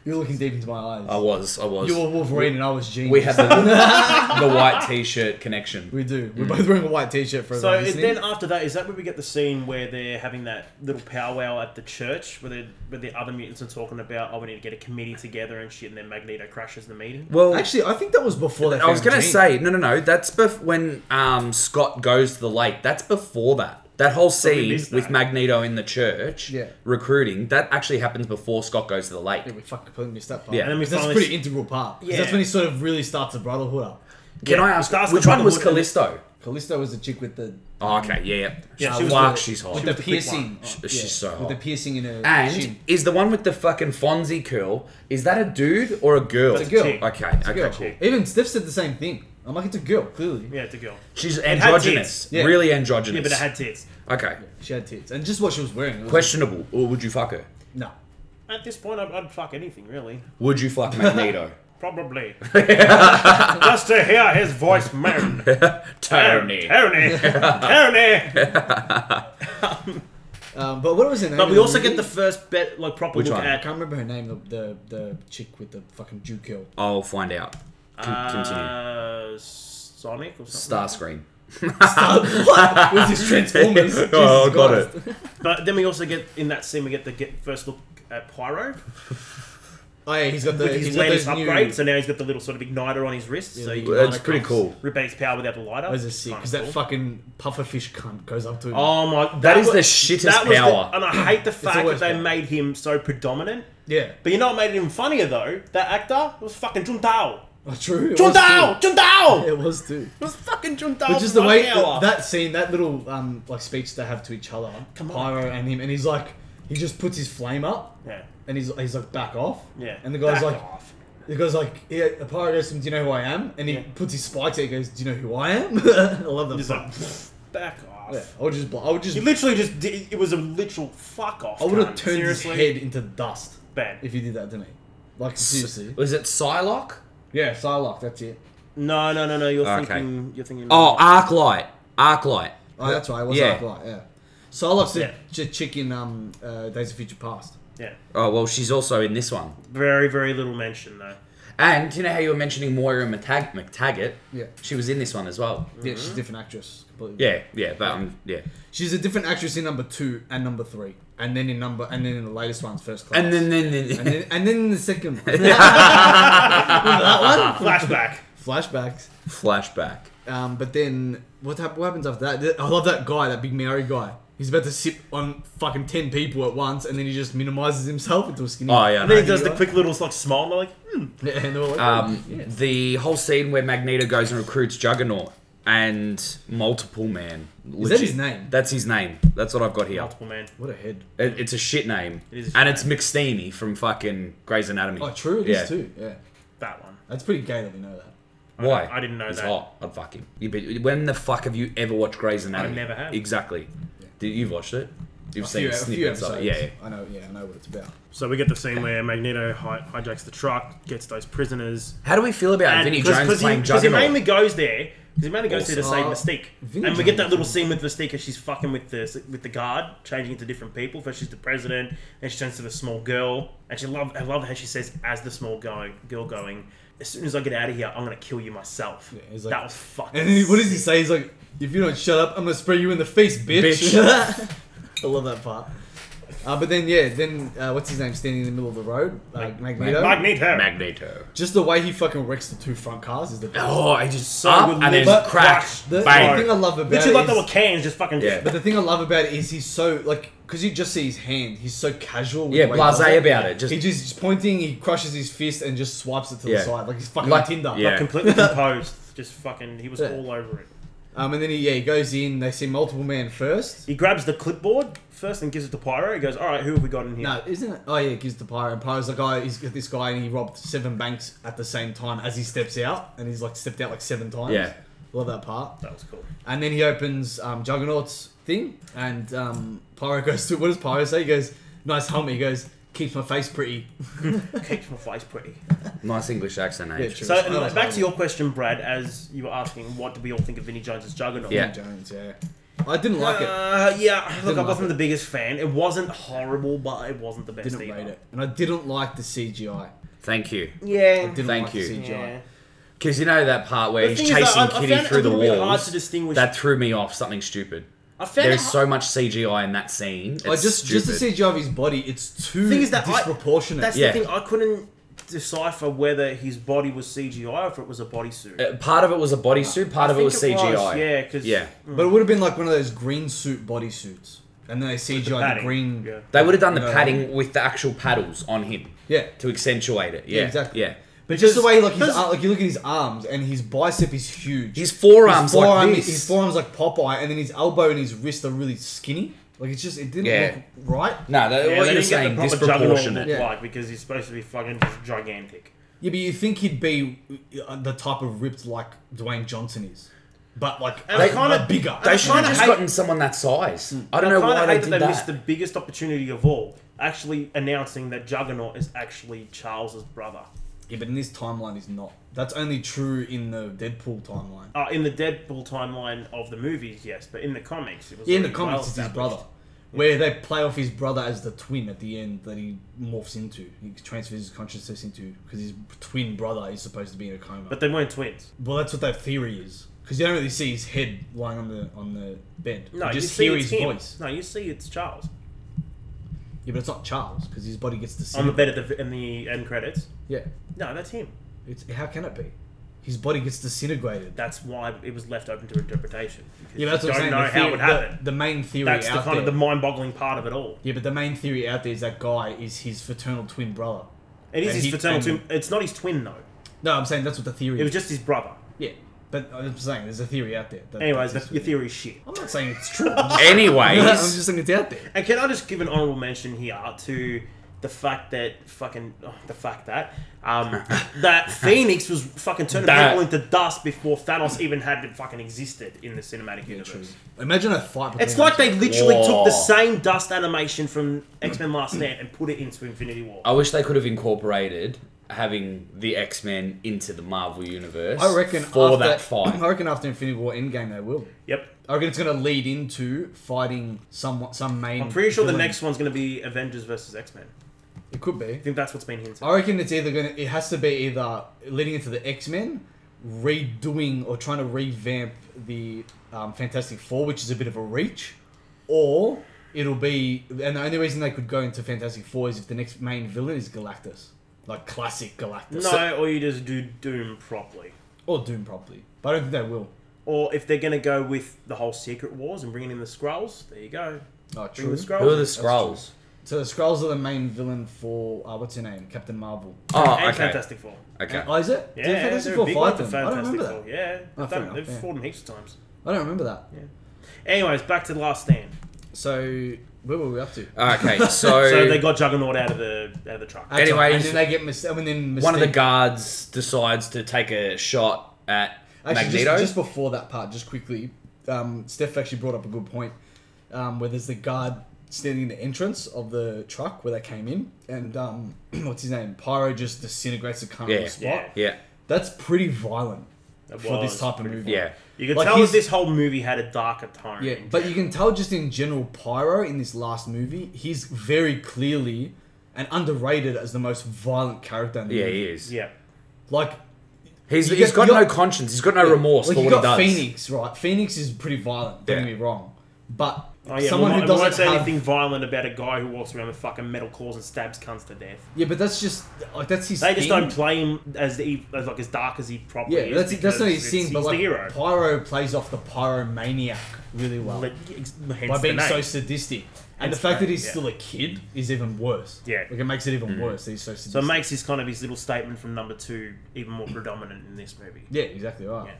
A: You're looking deep into my eyes.
B: I was. I was.
A: you were Wolverine and I was Jean.
B: We have the, the white t-shirt connection.
A: We do. We're both wearing a white t-shirt for
C: So
A: everyone
C: it,
A: listening.
C: then after that, is that where we get the scene where they're having that little powwow at the church, where, they, where the other mutants are talking about, oh, we need to get a committee together and shit, and then Magneto crashes the meeting?
B: Well,
A: Actually, I think that was before they
B: I was
A: found
B: gonna
A: Jean.
B: say no, no, no. That's bef- when um, Scott goes to the lake. That's before that. That whole
C: we
B: scene
C: missed that.
B: with Magneto in the church,
A: Yeah.
B: recruiting. That actually happens before Scott goes to the lake.
A: Yeah, we fucking completely missed that part.
B: Yeah.
A: Yeah.
B: And then
C: we
A: that's a
C: finally-
A: pretty integral part. 'Cause
C: Yeah.
A: That's when he sort of really starts the brotherhood up.
B: Can
C: Yeah,
B: I
C: it
B: ask
C: starts the
B: which one was
C: Brotherhood and-
B: Callisto?
A: Callisto was the chick with the
B: Oh, okay, yeah, yeah.
C: Yeah,
B: yeah
C: she was
B: fuck,
C: the-
B: she's
A: with
B: hot.
C: was
A: the,
C: the quick
A: piercing.
C: one.
A: Oh,
B: Sh- she's so hot.
A: With the piercing in her
B: and
A: chin.
B: is the one with the fucking Fonzie curl? Is that a dude or a girl?
A: It's a girl.
C: chick.
B: Okay,
A: It's a
B: okay,
A: girl.
B: cool.
A: Even Steph said the same thing. I'm like, it's a girl, clearly.
C: Yeah, it's a girl.
B: She's
C: had
B: androgynous,
A: tits. Yeah.
B: really
C: Yeah,
B: androgynous.
C: but it had tits.
B: okay,
A: She had tits. And just what she was wearing. it was-
B: questionable. Or would you fuck her?
A: No.
C: At this point, I'd, I'd fuck anything, really.
B: Would you fuck Magneto?
C: Probably. Just to hear his voice moan.
B: Tony.
C: Tony. Tony.
A: Um, but what was her name?
C: But
A: in
C: we
A: the
C: also get
A: movie?
C: the first bet, like proper
B: Which
C: look
B: one?
A: I
C: at
A: can't remember her name, the, the the chick with the fucking Jew kill.
B: I'll find out.
D: Con- continue.
C: Uh, Sonic or something.
D: Starscream.
A: what? With his Transformers.
B: Oh,
A: Jesus
B: got
A: Christ.
C: But then we also get in that scene we get the get first look at Pyro
A: Oh yeah, he's got the
C: with his
A: he's got
C: latest
A: those new-
C: upgrade. So now he's got the little sort of igniter on his wrist,
A: Yeah,
C: so
A: the
C: you can
A: igniter.
B: It's pretty cool.
C: rip out his power without the lighter.
A: That was a
C: It's
A: sick
C: kinda
A: because that
C: cool.
A: fucking pufferfish cunt goes up to him.
C: Oh my!
B: That is
C: wa-
B: the shittest
C: that was the-
B: power.
C: and I hate the fact that
A: worst
C: they
A: power.
C: made him so predominant.
A: yeah,
C: But you know what made it even funnier though? That actor was fucking Jun Tao.
A: oh, true. It
C: Jun
A: was
C: Tao! Jun Tao!
A: too. It was too.
C: It was fucking Jun Tao.
A: But just the
C: for
A: way
C: one hour.
A: that scene, that little um like speech they have to each other,
C: Come on.
A: Pyro and him, and he's like, he just puts his flame up,
C: Yeah.
A: and he's he's like, back off.
C: Yeah.
A: And the guy's
C: Back
A: like,
C: off.
A: the guy's like, yeah. Pyro goes to him, do you know who I am? And he
C: Yeah.
A: puts his spikes. out, He goes, do you know who I am? I love that.
C: He's
A: fuck.
C: like, back off.
A: yeah, I would just, bl- I would just,
C: He literally just did, it was a literal fuck off.
A: I would have
C: cunt.
A: turned
C: Seriously?
A: his head into dust
C: Bad.
A: if he did that to me. Like seriously.
B: Was it Psylocke?
A: Yeah, Psylocke. That's it.
C: No, no, no, no. You're
B: Okay.
C: thinking. You're thinking.
B: Oh, Arclight. Arclight.
A: Oh, that's right. What's
B: Yeah.
A: yeah. like? Yeah. Psylocke's
C: Yeah.
A: a ch- chick in um, uh, Days of Future Past.
C: yeah.
B: Oh, well, she's also in this one.
C: Very, very little mention though.
B: And you know how you were mentioning Moira McTag- McTaggart?
A: Yeah.
B: She was in this one as well.
A: Yeah,
C: Mm-hmm.
A: she's a different actress. Completely.
B: Yeah, yeah, but um, yeah.
A: She's a different actress in number two and number three, and then in number and then in the latest one's first class.
B: And then, then,
A: and
B: then
A: then, and then in the second one. that one.
C: Ah, Flashback.
A: Flashbacks.
B: flashback. Oh,
A: Um, but then what, hap- what happens after that? I love that guy, that big Maori guy. He's about to sip on fucking ten people at once, and then he just minimizes himself into a skinny.
B: Oh yeah.
C: and then he
B: No.
C: does the quick little like smile. And they're like, hmm.
A: Yeah, and they're all like,
B: Um, the whole scene where Magneto goes and recruits Juggernaut and Multiple Man.
A: that
B: legit-
A: his name?
B: That's his name. That's what I've got here.
C: multiple man.
A: what a head.
B: It, it's a shit name,
C: It is a shit
B: and it's McSteamy from fucking Grey's Anatomy.
A: Oh, true, it is
B: Yeah.
A: too. Yeah,
C: That one.
A: that's pretty gay that we know that.
B: Why?
C: I didn't know
B: It's
C: that.
B: hot. I'd fuck him. You be, when the fuck have you ever watched Grey's Anatomy?
C: never have.
B: Exactly. Did you've watched it? You've seen
A: a few
B: snippets of
A: episodes.
B: it. Yeah. yeah.
A: I know. Yeah, I know what it's about.
C: So we get the scene where Magneto hi- hijacks the truck, gets those prisoners.
B: How do we feel about Vinnie Jones playing
C: he, 'cause he
B: Juggernaut?
C: mainly goes there. 'cause he mainly goes there to
A: Awesome.
C: save
A: Uh,
C: Mystique,
A: Vinnie
C: and we get that
A: Jones.
C: little scene with Mystique as she's fucking with the with the guard, changing into different people. First she's the president, then she turns to the small girl, and she love I love how she says as the small going girl going. As soon as I get out of here, I'm gonna kill you myself.
A: Yeah, he's like-
C: that was fucking.
A: And then what does he say? He's like, "If you don't shut up, I'm gonna spray you in the face, bitch." I love that part. Uh, but then, yeah, then uh, what's his name standing in the middle of the road? Uh, Magneto.
C: Magneto.
B: Magneto.
A: Just the way he fucking wrecks the two front cars is the best.
B: Oh, I just
C: So
B: up
C: good
B: and then
C: liver
B: crack.
C: crush.
A: The, the
B: Bang.
A: thing I love about
C: Literally
A: it
C: like
A: is-
C: they were cans, just fucking.
B: Yeah.
A: but the thing I love about it is he's so like because you just see his hand, he's so casual. With
B: Yeah,
A: the way he does
B: blasé about it, just-
A: he just he's pointing, he crushes his fist and just swipes it to
B: Yeah.
A: the side like he's fucking
B: Like-
A: Tinder.
B: yeah.
C: completely composed. Just fucking, he was
A: Yeah.
C: all over it.
A: Um, and then he yeah he goes in. They see multiple man first.
C: He grabs the clipboard first and gives it to Pyro. He goes, "All right, who have we got in here?"
A: No, isn't it? Oh yeah, it gives to Pyro. And Pyro's like, oh, he's got this guy, and he robbed seven banks at the same time as he steps out, and he's like stepped out like seven times.
B: Yeah.
A: love that part.
C: That was cool.
A: And then he opens um, Juggernaut's thing, and um, Pyro goes to what does Pyro say? He goes, nice helmet. He goes, keeps my face pretty.
C: Keeps my face pretty.
B: Nice English accent, eh?
A: Yeah, true.
C: So
A: I like
C: back
A: that.
C: to your question, Brad, as you were asking, what do we all think of Vinnie Jones's Juggernaut?
B: Yeah.
A: Jones, yeah. I didn't like it.
C: Uh, yeah, look, I
A: like
C: wasn't
A: it.
C: the biggest fan. It wasn't horrible, but it wasn't the best
A: Didn't
C: either.
A: rate it, and I didn't like the CGI.
B: Thank you.
C: Yeah.
A: Didn't
B: Thank
A: like
B: you.
A: The CGI.
C: yeah.
B: Because you know that part where
C: The
B: he's
C: thing is,
B: chasing
C: I- I
B: Kitty
C: found it a
B: through the
C: little bit hard
B: walls.
C: to distinguish-
B: That threw me off. Something stupid.
C: I found
B: There's
C: it
B: so much CGI in that scene. It's
A: Oh, just
B: stupid.
A: just the CGI of his body, it's too
C: thing is that I-
A: disproportionate.
C: That's
B: Yeah.
C: the thing. I couldn't decipher whether his body was CGI or if it was a bodysuit.
B: Uh, part of it was a bodysuit. Part
C: I
B: of it
C: think
B: was CGI.
C: yeah, because
B: Yeah.
A: But it would have been like one of those green suit bodysuits. And then they CGI the, green.
C: Yeah.
B: They would have done the
A: No.
B: padding with the actual paddles on him
A: Yeah.
B: to accentuate it. Yeah,
A: Yeah, exactly.
B: Yeah.
A: But just the way like his
C: Because-
A: ar- like you look at his arms and his bicep is huge.
B: His forearms like
A: forearm-
B: this.
A: His forearms like Popeye, and then his elbow and his wrist are really skinny. Like it's just it didn't
B: Yeah.
A: look right.
B: No, that,
C: Yeah,
B: what
C: they
B: you're
C: didn't get
B: saying
C: the proper juggernaut
B: disproportionate.
C: look
A: Yeah.
C: like because he's supposed to be fucking just gigantic.
A: Yeah, but you think he'd be uh, the type of ripped like Dwayne Johnson is, but like
C: And I
A: a-
C: kinda-
A: a bigger.
C: I
B: They should have
C: kinda
B: just
C: hate-
B: gotten someone that size. I
C: I
B: don't know
C: kind
B: why
C: of
B: they
C: hate
B: did
C: that they
B: that.
C: missed the biggest opportunity of all, actually announcing that Juggernaut is actually Charles's brother.
A: yeah, but in this timeline, he's not. That's only true in the Deadpool timeline.
C: Uh, in the Deadpool timeline of the movies, yes, but in the comics, it was
A: Yeah, in the
C: already well
A: comics, it's his
C: established.
A: brother. Where they play off his brother as the twin at the end that he morphs into. He transfers his consciousness into because his twin brother is supposed to be in a coma.
C: But they weren't twins.
A: well, that's what that theory is because you don't really see his head lying on the on the bed.
C: No,
A: you
C: you
A: just
C: see
A: hear
C: it's
A: his
C: him.
A: voice.
C: No, you see it's Charles
A: Yeah, but it's not Charles because his body gets to see.
C: on the
A: it.
C: bed at the, in the end credits.
A: Yeah,
C: No, that's him.
A: it's how can it be? His body gets disintegrated.
C: That's why it was left open to interpretation. because
A: yeah, but that's
C: you
A: what I'm saying.
C: don't know
A: the,
C: how
A: theory,
C: it would
A: the-
C: happen.
A: the main theory
C: That's the
A: out
C: kind
A: there.
C: of the mind-boggling part of it all.
A: yeah, but the main theory out there is that guy is his fraternal twin brother.
C: It is
A: And
C: his
A: he-
C: fraternal
A: and-
C: twin. It's not his twin though.
A: No, I'm saying that's what the theory.
C: It was
A: is.
C: just his brother.
A: yeah, but I'm saying there's a theory out there. that-
C: Anyways,
A: that's
C: the, your
A: what-
C: theory is shit.
A: I'm not saying it's true. I'm just- I'm
B: Anyways,
A: just saying it's out there.
C: And can I just give an honorable mention here to the fact that fucking oh, the fact that um, that Phoenix was fucking turning
B: That-
C: people into dust before Thanos even had fucking existed in the cinematic universe.
A: Imagine a fight. between
C: It's like
A: those
C: they literally took
B: Whoa.
C: the same dust animation from X Men Last Stand and put it into Infinity
A: Oh.
C: War.
B: I wish they could have incorporated having the X Men into the Marvel universe.
A: two. I reckon
B: for
A: after, Oh,
B: that
A: I
B: fight.
A: reckon after Infinity War Endgame they will.
C: Yep.
A: I reckon it's going to lead into fighting some some main.
C: I'm pretty sure the
A: villain.
C: next one's going to be Avengers versus X Men.
A: it could be.
C: I think that's what's been hinted.
A: I reckon it's either going to it has to be either leading into the X Men, redoing or trying to revamp the um, Fantastic Four, which is a bit of a reach, or it'll be and the only reason they could go into Fantastic Four is if the next main villain is Galactus, like classic Galactus,
C: No, or you just do Doom properly.
A: or Doom probably. But I don't think they will.
C: Or if they're going to go with the whole Secret Wars and bringing in the Skrulls, there you go.
A: Oh,
C: Bring
A: true.
C: the Skrulls.
B: Who are
C: in.
B: the Skrulls?
A: So the Skrulls are the main villain for uh, what's her name, Captain Marvel.
B: Oh,
C: and
B: okay.
C: Fantastic Four.
B: Okay.
A: Oh, is it?
C: Yeah,
A: Did
C: they're
A: Fantastic
C: a
A: Four
C: big
A: fight
C: one
A: them?
C: for
A: I don't remember that.
C: Fantastic Four. Yeah,
A: Oh,
C: they've,
A: fair
C: done,
A: enough,
C: they've
A: yeah.
C: fought them heaps of times.
A: I don't remember that.
C: Anyways, back to the Last Stand.
A: So where were we up to?
B: Okay. So,
C: So they got Juggernaut out of the out of the truck.
A: That's
B: Anyways-
A: right, and then they get mis- and then
B: one of the
A: Mystique-
B: guards decides to take a shot at
A: Actually,
B: Magneto.
A: Just, just before that part, just quickly, um, Steph actually brought up a good point um, where there's the guard standing in the entrance of the truck where they came in, and um, what's his name? Pyro just disintegrates the car in
B: Yeah.
A: the spot.
C: Yeah.
B: yeah.
A: That's pretty violent
C: That
A: for this
C: was
A: type of
C: pretty-
A: movie.
B: Yeah.
C: You can
A: Like,
C: tell that
A: he's-
C: this whole movie had a darker tone.
A: Yeah, but you can tell just in general, Pyro in this last movie, he's very clearly and underrated as the most violent character in the
B: Yeah,
A: movie.
B: he is.
C: yeah,
A: Like,
B: He's,
A: You
B: he's
A: got-
B: got
A: you
B: no
A: got-
B: conscience. He's got no remorse
A: like
B: for
A: you
B: what he
A: got
B: does.
A: Phoenix, right? Phoenix is pretty violent, don't
B: Yeah.
A: get me wrong. But
C: oh yeah.
A: someone who
C: we won't, we won't
A: doesn't
C: say
A: have
C: anything violent about a guy who walks around with fucking metal claws and stabs cunts to death.
A: Yeah, but that's just like that's his.
C: They just
A: thing.
C: don't play him as the, as like as dark as he probably
A: Yeah,
C: is.
A: that's that's not his
C: because
A: thing.
C: He's
A: But
C: the
A: like
C: hero.
A: Pyro plays off the pyromaniac really well
C: Like, ex- hence
A: by
C: the
A: being
C: name.
A: so sadistic, and
C: Hence
A: the fact
C: the
A: that he's
C: name,
A: still a kid is even worse.
C: Yeah.
A: like it makes it even
B: Mm.
A: worse. That he's so sadistic.
C: So it makes his kind of his little statement from number two even more predominant in this movie.
A: yeah, exactly right.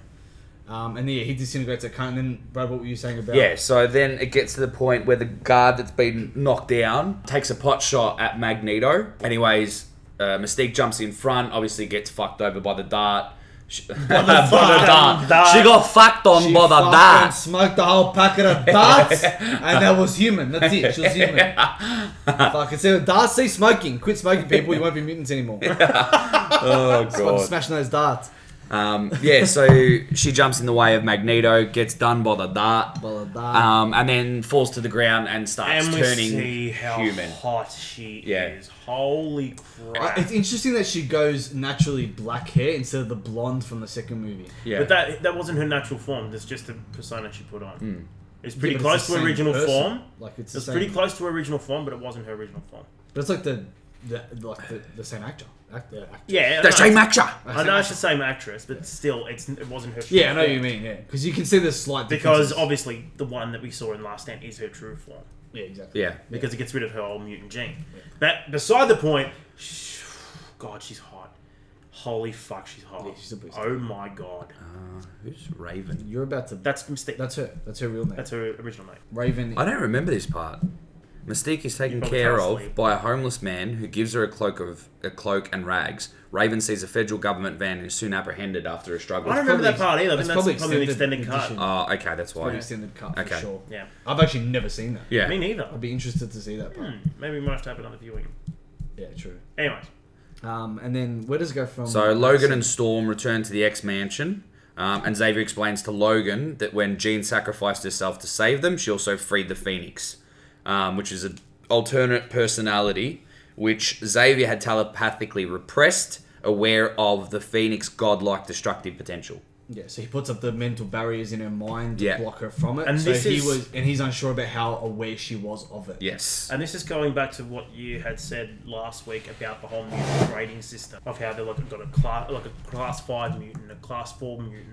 A: Um, and yeah, he disintegrates that cunt. And then Brad, what were you saying about?
B: Yeah, so then it gets to the point where the guard that's been knocked down takes a pot shot at Magneto. Anyways, uh, Mystique jumps in front, obviously gets fucked over by the dart. She, by the
C: fucking dart.
B: She got fucked on
A: She
B: by the
A: fucking
B: dart.
A: smoked the whole packet of darts, and that was human. That's it. She was human. Fuck, it's a dart. See smoking. Quit smoking, people. You won't be mutants anymore.
B: Oh,
A: Fucking smashing those darts.
B: Um, yeah, so she jumps in the way of Magneto, gets done by the dart,
A: By the dart.
B: um, and then falls to the ground and starts
C: And we
B: turning
C: see how
B: human.
C: hot she
B: Yeah.
C: is. Holy
A: Uh,
C: crap!
A: It's interesting that she goes naturally black hair instead of the blonde from the second movie.
B: Yeah,
C: But that that wasn't her natural form. That's just the persona she put on.
B: Hmm.
C: It's pretty
A: Yeah, but
C: close
A: it's the
C: to her
A: same
C: original
A: person.
C: form.
A: Like it's the
C: It's
A: same.
C: pretty close to her original form, but it wasn't her original form.
A: But it's like the, the like the, the same actor. Act, uh, actor.
C: Yeah, I
B: the
C: know
B: same
C: it's-
B: actor.
C: I know it's the same actress, but still, it's it wasn't her.
A: Yeah, I
C: true
A: know what
C: form.
A: you mean. Yeah, because you can see the slight
C: Because
A: differences.
C: obviously, the one that we saw in Last Stand is her true form.
A: yeah, exactly.
B: yeah,
C: because it gets rid of her old mutant gene. But beside the point, sh- God, she's hot. Holy fuck, she's hot.
A: she's a beast.
C: oh my god,
B: who's Raven?
A: You're about to.
C: that's Mystique. That's,
A: that's her. That's her real name.
C: her original name.
A: Raven.
B: I don't remember this part. Mystique is taken
C: probably
B: care
C: fell
B: of
C: asleep.
B: by a homeless man who gives her a cloak of a cloak and rags. Raven sees a federal government van and is soon apprehended after a struggle.
C: I don't remember that
A: probably-
C: part either. I think
A: that's
C: that's probably,
A: probably
C: an extended
A: extended
C: cut.
A: edition.
B: Oh, okay, that's
A: Pretty
B: why.
A: extended cut for
B: Okay.
A: sure.
C: Yeah.
A: I've actually never seen that.
B: Yeah.
C: Me neither.
A: I'd be interested to see that part.
C: Hmm, Maybe we might have to have another viewing.
A: Yeah, true.
C: Anyways,
A: Um, and then where does it go from?
B: So Logan and Storm return to the X Mansion, um, and Xavier explains to Logan that when Jean sacrificed herself to save them, she also freed the Phoenix. um, which is an alternate personality, which Xavier had telepathically repressed, aware of the Phoenix godlike destructive potential.
A: Yeah, so he puts up the mental barriers in her mind to
B: Yeah.
A: block her from it.
C: And
A: so
C: this
A: he
C: is-
A: was, and he's unsure about how aware she was of it.
B: Yes.
C: And this is going back to what you had said last week about the whole mutant grading system of how they're like got a class like a class five mutant, a class four mutant.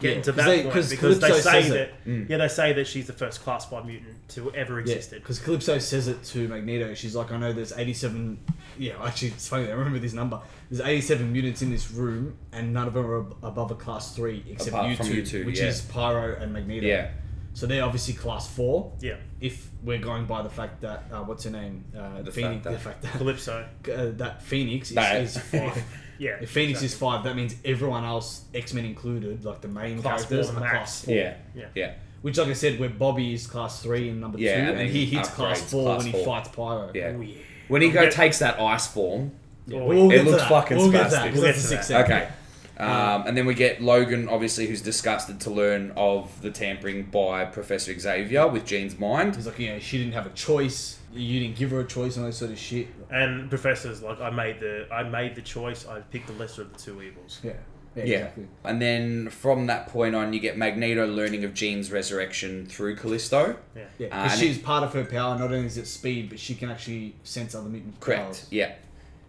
C: Getting
A: Yeah,
C: to
A: 'cause
C: that
A: they-
C: point
A: 'cause
C: because they
A: Calypso
C: say
A: says
C: that
A: it. Mm.
C: yeah they say that she's the first class five mutant to ever existed.
A: because Calypso says it to Magneto. She's like, I know there's 87. Yeah, actually, it's funny. I remember this number. There's 87 mutants in this room, and none of them are ab- above a class three except
B: Apart
A: you
B: from
A: two,
B: you two,
A: which
B: yeah.
A: is Pyro and Magneto.
B: Yeah.
A: So they're obviously class four.
C: Yeah.
A: If we're going by the fact that uh, what's her name, uh,
B: The
A: Phoenix,
B: fact that-
A: the fact that
C: Calypso.
A: uh, that Phoenix is,
B: That-
A: is five.
C: Yeah.
A: If Phoenix
C: exactly.
A: is five, that means everyone else, X Men included, like the main
C: Class
A: characters,
C: four
A: are
C: max.
A: class four.
C: Yeah.
B: Yeah.
A: Which, like I said, where Bobby is class three and number
B: Yeah,
A: two,
B: and
A: and,
B: then
A: he
B: he
A: hits class
B: upgrades
A: four
B: class
A: when he
B: four.
A: fights Pyro.
B: Yeah.
C: Oh, yeah.
B: When he
C: Okay.
B: go takes that ice form,
C: Oh,
A: We'll
B: It
A: get to
B: looks
A: that.
B: fucking
A: we'll get to
B: spastic.
A: that. We'll
C: We'll
A: get
C: get
A: to
C: to
A: six.
C: that.
A: seconds.
B: Okay. Um, and then we get Logan, obviously, who's disgusted to learn of the tampering by Professor Xavier with Jean's mind.
A: He's like, yeah, she didn't have a choice. You didn't give her a choice and all that sort of shit.
C: And professors like I made the I made the choice. I picked the lesser of the two evils.
A: Yeah. Yeah.
B: Yeah.
A: Exactly.
B: And then from that point on, you get Magneto learning of Jean's resurrection through Callisto.
C: Yeah.
A: Yeah.
B: Uh,
A: Because
B: and
A: she's part of her power. Not only is it speed, but she can actually sense other mutant
B: Correct.
A: powers.
B: Yeah.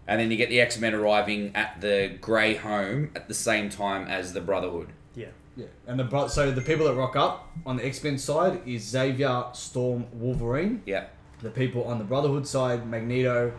B: And then you get the X Men arriving at the Grey home at the same time as the Brotherhood.
C: Yeah.
A: Yeah. And the bro- so the people that rock up on the X Men side is Xavier, Storm, Wolverine.
B: Yeah.
A: the people on the Brotherhood side, Magneto,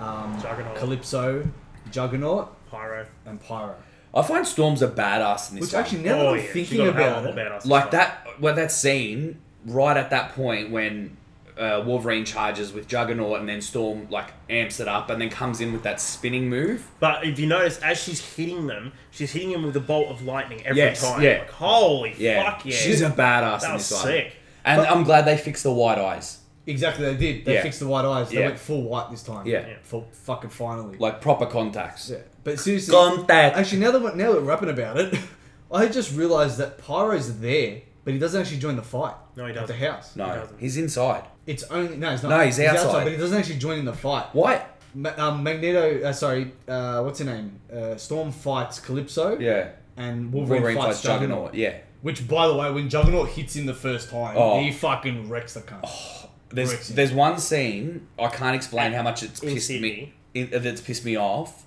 A: um,
C: Juggernaut.
A: Calypso, Juggernaut,
C: Pyro.
A: and Pyro.
B: I find Storm's a badass in this.
A: Which
B: one.
A: actually, now
C: oh
A: that I'm
C: yeah. she
A: thinking
C: got a hell
A: about
C: of a
A: it,
C: lot badass
B: like
C: design.
B: that well that scene right at that point when uh, Wolverine charges with Juggernaut and then Storm like amps it up and then comes in with that spinning move.
C: But if you notice, as she's hitting them, she's hitting them with a bolt of lightning every
B: Yes,
C: time.
B: yeah.
C: Like, holy
B: Yeah,
C: fuck yeah.
B: she's a badass
C: That
B: in
C: was
B: this one.
C: sick.
B: And I'm glad they fixed the white eyes,
A: exactly they did. They
B: Yeah.
A: fixed the white eyes. They
B: Yeah.
A: went full white this time.
B: Yeah. Yeah.
A: for fucking finally.
B: like proper contacts.
A: yeah. But seriously,
B: Contact.
A: actually, now that we're, now that we're rapping about it, I just realized that Pyro's there, but he doesn't actually join the fight.
C: No, he
A: At the
C: doesn't.
A: house.
C: He
B: No,
C: doesn't.
B: he's inside.
A: It's only no, he's not.
B: No, he's outside.
A: but he doesn't actually join in the fight.
B: Why?
A: Ma- um, Magneto, uh, sorry, uh, what's her name? Uh, Storm fights Calypso.
B: Yeah,
A: and Wolverine, fights, Juggernaut.
B: Yeah,
A: Which, by the way, when Juggernaut hits him the first time,
B: Oh.
A: he fucking wrecks the cunt. Uh,
B: there's
A: Correct.
B: there's one scene I can't explain how much it's
C: In
B: pissed me
C: Sydney.
B: in, that's pissed me off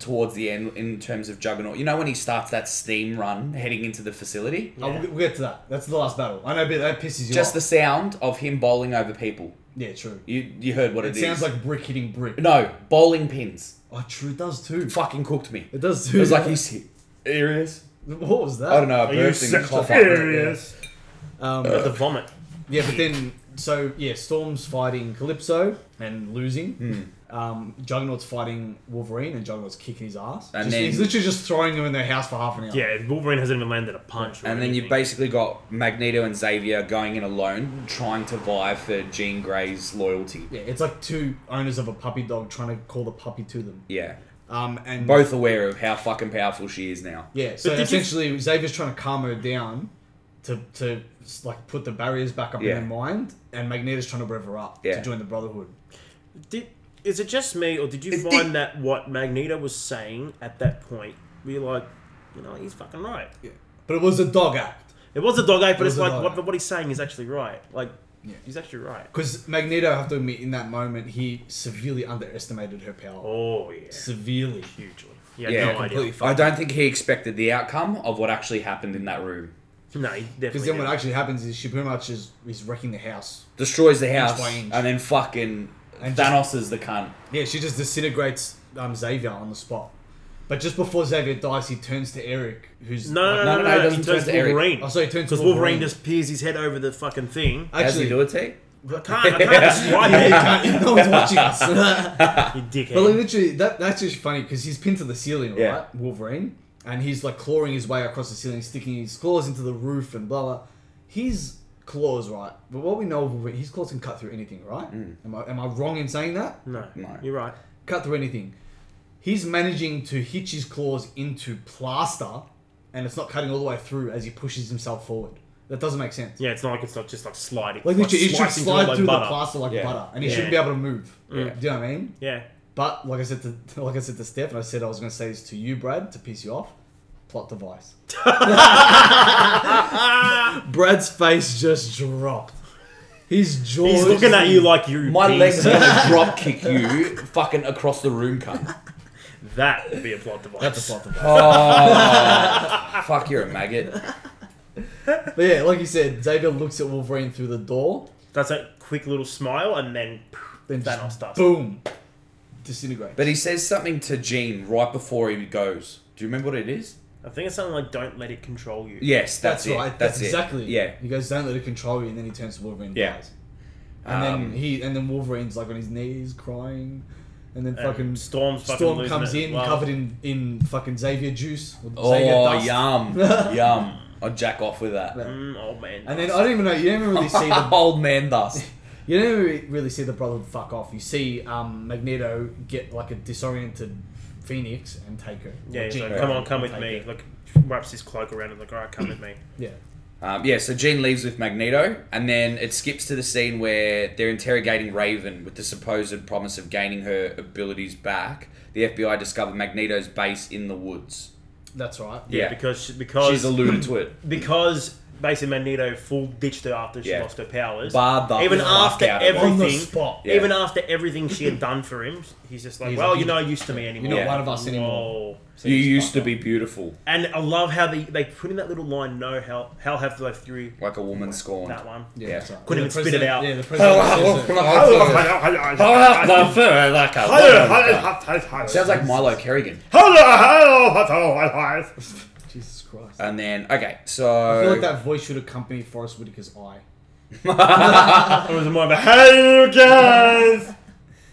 B: towards the end in terms of Juggernaut. You know when he starts that steam run heading into the facility.
A: Oh, we'll, we'll get to that. That's the last battle. I know, but that pisses you
B: Just the
A: off.
B: sound of him bowling over people.
A: yeah, true.
B: You you heard what
A: It
B: it is.
A: sounds like brick hitting brick.
B: no bowling pins.
A: Oh, true, it does too.
B: Fucking cooked me.
A: It does too.
B: It was like he's serious.
A: what was that?
B: I don't know. A
C: Are you
B: bursting
C: so
B: cough up.
C: serious?
A: Um,
C: But the vomit.
A: yeah, but then so yeah, Storm's fighting Calypso and losing.
B: Hmm.
A: Um, Juggernaut's fighting Wolverine, and Juggernaut's kicking his ass.
B: And
A: Just-
B: then-
A: he's literally just throwing him in their house for half an hour.
C: Yeah, Wolverine hasn't even landed a punch. Or
B: And then you've
C: anything.
B: basically got Magneto and Xavier going in alone, trying to vie for Jean Grey's loyalty.
A: Yeah, it's like two owners of a puppy dog trying to call the puppy to them.
B: Yeah.
A: Um, and
B: Both aware of how fucking powerful she is now.
A: yeah, so
C: did you-
A: essentially Xavier's trying to calm her down to to like put the barriers back up
B: Yeah.
A: in her mind, and Magneto's trying to rev her up
B: Yeah.
A: to join the Brotherhood.
C: Did, is it just me, or did you
B: It
C: find
B: did-
C: that what Magneto was saying at that point, we like, you know, he's fucking right.
A: But it was a dog act
C: It was a dog ape, but
A: was
C: it's
A: a
C: like
A: dog
C: what,
A: ape.
C: what he's saying is actually right. Like,
A: Yeah.
C: he's actually right.
A: because Magneto, I have to admit, in that moment he severely underestimated her power.
C: Oh yeah,
A: Severely.
C: hugely. He had
B: Yeah,
C: no
A: completely
C: idea.
A: fucked.
B: I don't think he expected the outcome of what actually happened in that room.
C: No, he definitely.
A: Because then what
C: didn't.
A: actually happens is she pretty much is, is wrecking the house.
B: Destroys the house,
A: by inch.
B: and then fucking
A: And just-
B: Thanos is the cunt.
A: Yeah, she just disintegrates um, Xavier on the spot. But just before Xavier dies, he turns to Eric, who's
C: no, no,
B: No,
C: no,
B: no,
C: no,
B: no, it
C: He
B: doesn't turn
C: turns
B: to Eric.
C: Wolverine.
A: Oh, so he turns to
C: because Wolverine
A: Wolverine.
C: just peers his head over the fucking thing.
B: How does
A: actually
B: he do it, T?
C: I can't, I can't describe
A: Yeah, you
C: it.
A: can't- no one's watching us.
C: You
A: But like
C: dickhead.
A: literally, that that's just funny because he's pinned to the ceiling, right?
B: Yeah.
A: Wolverine, and he's like clawing his way across the ceiling, sticking his claws into the roof and blah blah. His claws, right? But what we know of Wolverine, his claws can cut through anything, right? Am I am I wrong in saying that?
C: No,
B: No.
C: you're right.
A: Cut through anything. He's managing to hitch his claws into plaster, and it's not cutting all the way through as he pushes himself forward. That doesn't make sense.
C: Yeah, it's not like it's not just like sliding.
A: Like
C: like
A: literally, it should
C: slicing
A: slide
C: like
A: through
C: butter.
A: the plaster like
E: Yeah.
A: butter, and he
E: Yeah.
A: shouldn't be able to move.
C: Yeah.
A: Do you know what I mean?
C: Yeah.
A: But like I said to like I said to Steph, and I said I was going to say this to you, Brad, to piss you off. Plot device. Brad's face just dropped. His jaw.
C: He's
A: is
C: looking at you like you.
B: My
C: piece
B: leg's
C: of-
B: gonna drop kick you fucking across the room, cunt.
C: That would be a plot device.
A: That's a plot device.
B: Oh, fuck, you're a maggot.
A: But yeah, like you said, Xavier looks at Wolverine through the door,
C: That's a quick little smile, and then
A: then just
C: Thanos does.
A: boom, disintegrate.
B: But he says something to Jean right before he goes. Do you remember what it is?
C: I think it's something like "Don't let it control you."
B: Yes, that's, it.
A: right.
B: That's,
A: That's,
B: it.
A: exactly. it.
B: Yeah.
A: He goes, "Don't let it control you," and then he turns to Wolverine. And
B: Yeah.
A: dies. And
B: Um,
A: then he and then Wolverine's like on his knees crying, and
B: uh,
A: then
C: And
A: fucking
C: Storm's fucking
A: Storm
C: losing
A: comes
C: it
A: in
C: as well.
A: covered in in fucking Xavier juice. Or Xavier
B: Oh,
A: dust.
B: yum. yum. I'll jack off with that.
A: Yeah.
C: Mm, old man.
A: And then I don't even know. You don't even really see the.
B: Old man dust.
A: You don't even really see the brother fuck off. You see um, Magneto get like a disoriented Phoenix and take her.
C: yeah, he's
A: Jean
C: like,
A: Grey
C: "Come on, come with
A: take
C: me."
A: her.
C: Like wraps his cloak around and like, "All right, come with me."
A: Yeah.
B: Um, yeah, so Jean leaves with Magneto, and then it skips to the scene where they're interrogating Raven with the supposed promise of gaining her abilities back. The FBI discover Magneto's base in the woods.
A: That's right.
B: Yeah,
C: Because she- because
B: she's alluded to it.
C: because basically Magneto full ditched her after she
B: Yeah.
C: lost her powers.
B: Barred the
C: even
B: fuck
C: after
B: out of her.
A: On the
C: everything,
A: spot.
B: Yeah.
C: even after everything she had done for him, he's just like,
A: He's
C: "Well,
A: like,
C: you're
A: you-
C: not used to me anymore.
A: not
B: Yeah.
A: one of us anymore.
C: Whoa.
B: You used to be beautiful,
C: And I love how they, they put in that little line, no hell, hell have life through
B: like a woman scorned.
C: that one.
A: Yeah.
B: Yeah.
A: That's right.
C: Couldn't
A: Yeah, the
C: even spit it
A: president-
C: out. Oh,
A: Yeah, the president says it.
B: Sounds like Milo Kerrigan.
A: Jesus Christ.
B: And then, okay,
A: I feel like
B: so
A: that voice should accompany Forrest Whitaker's eye.
C: It was more of a, hey you guys!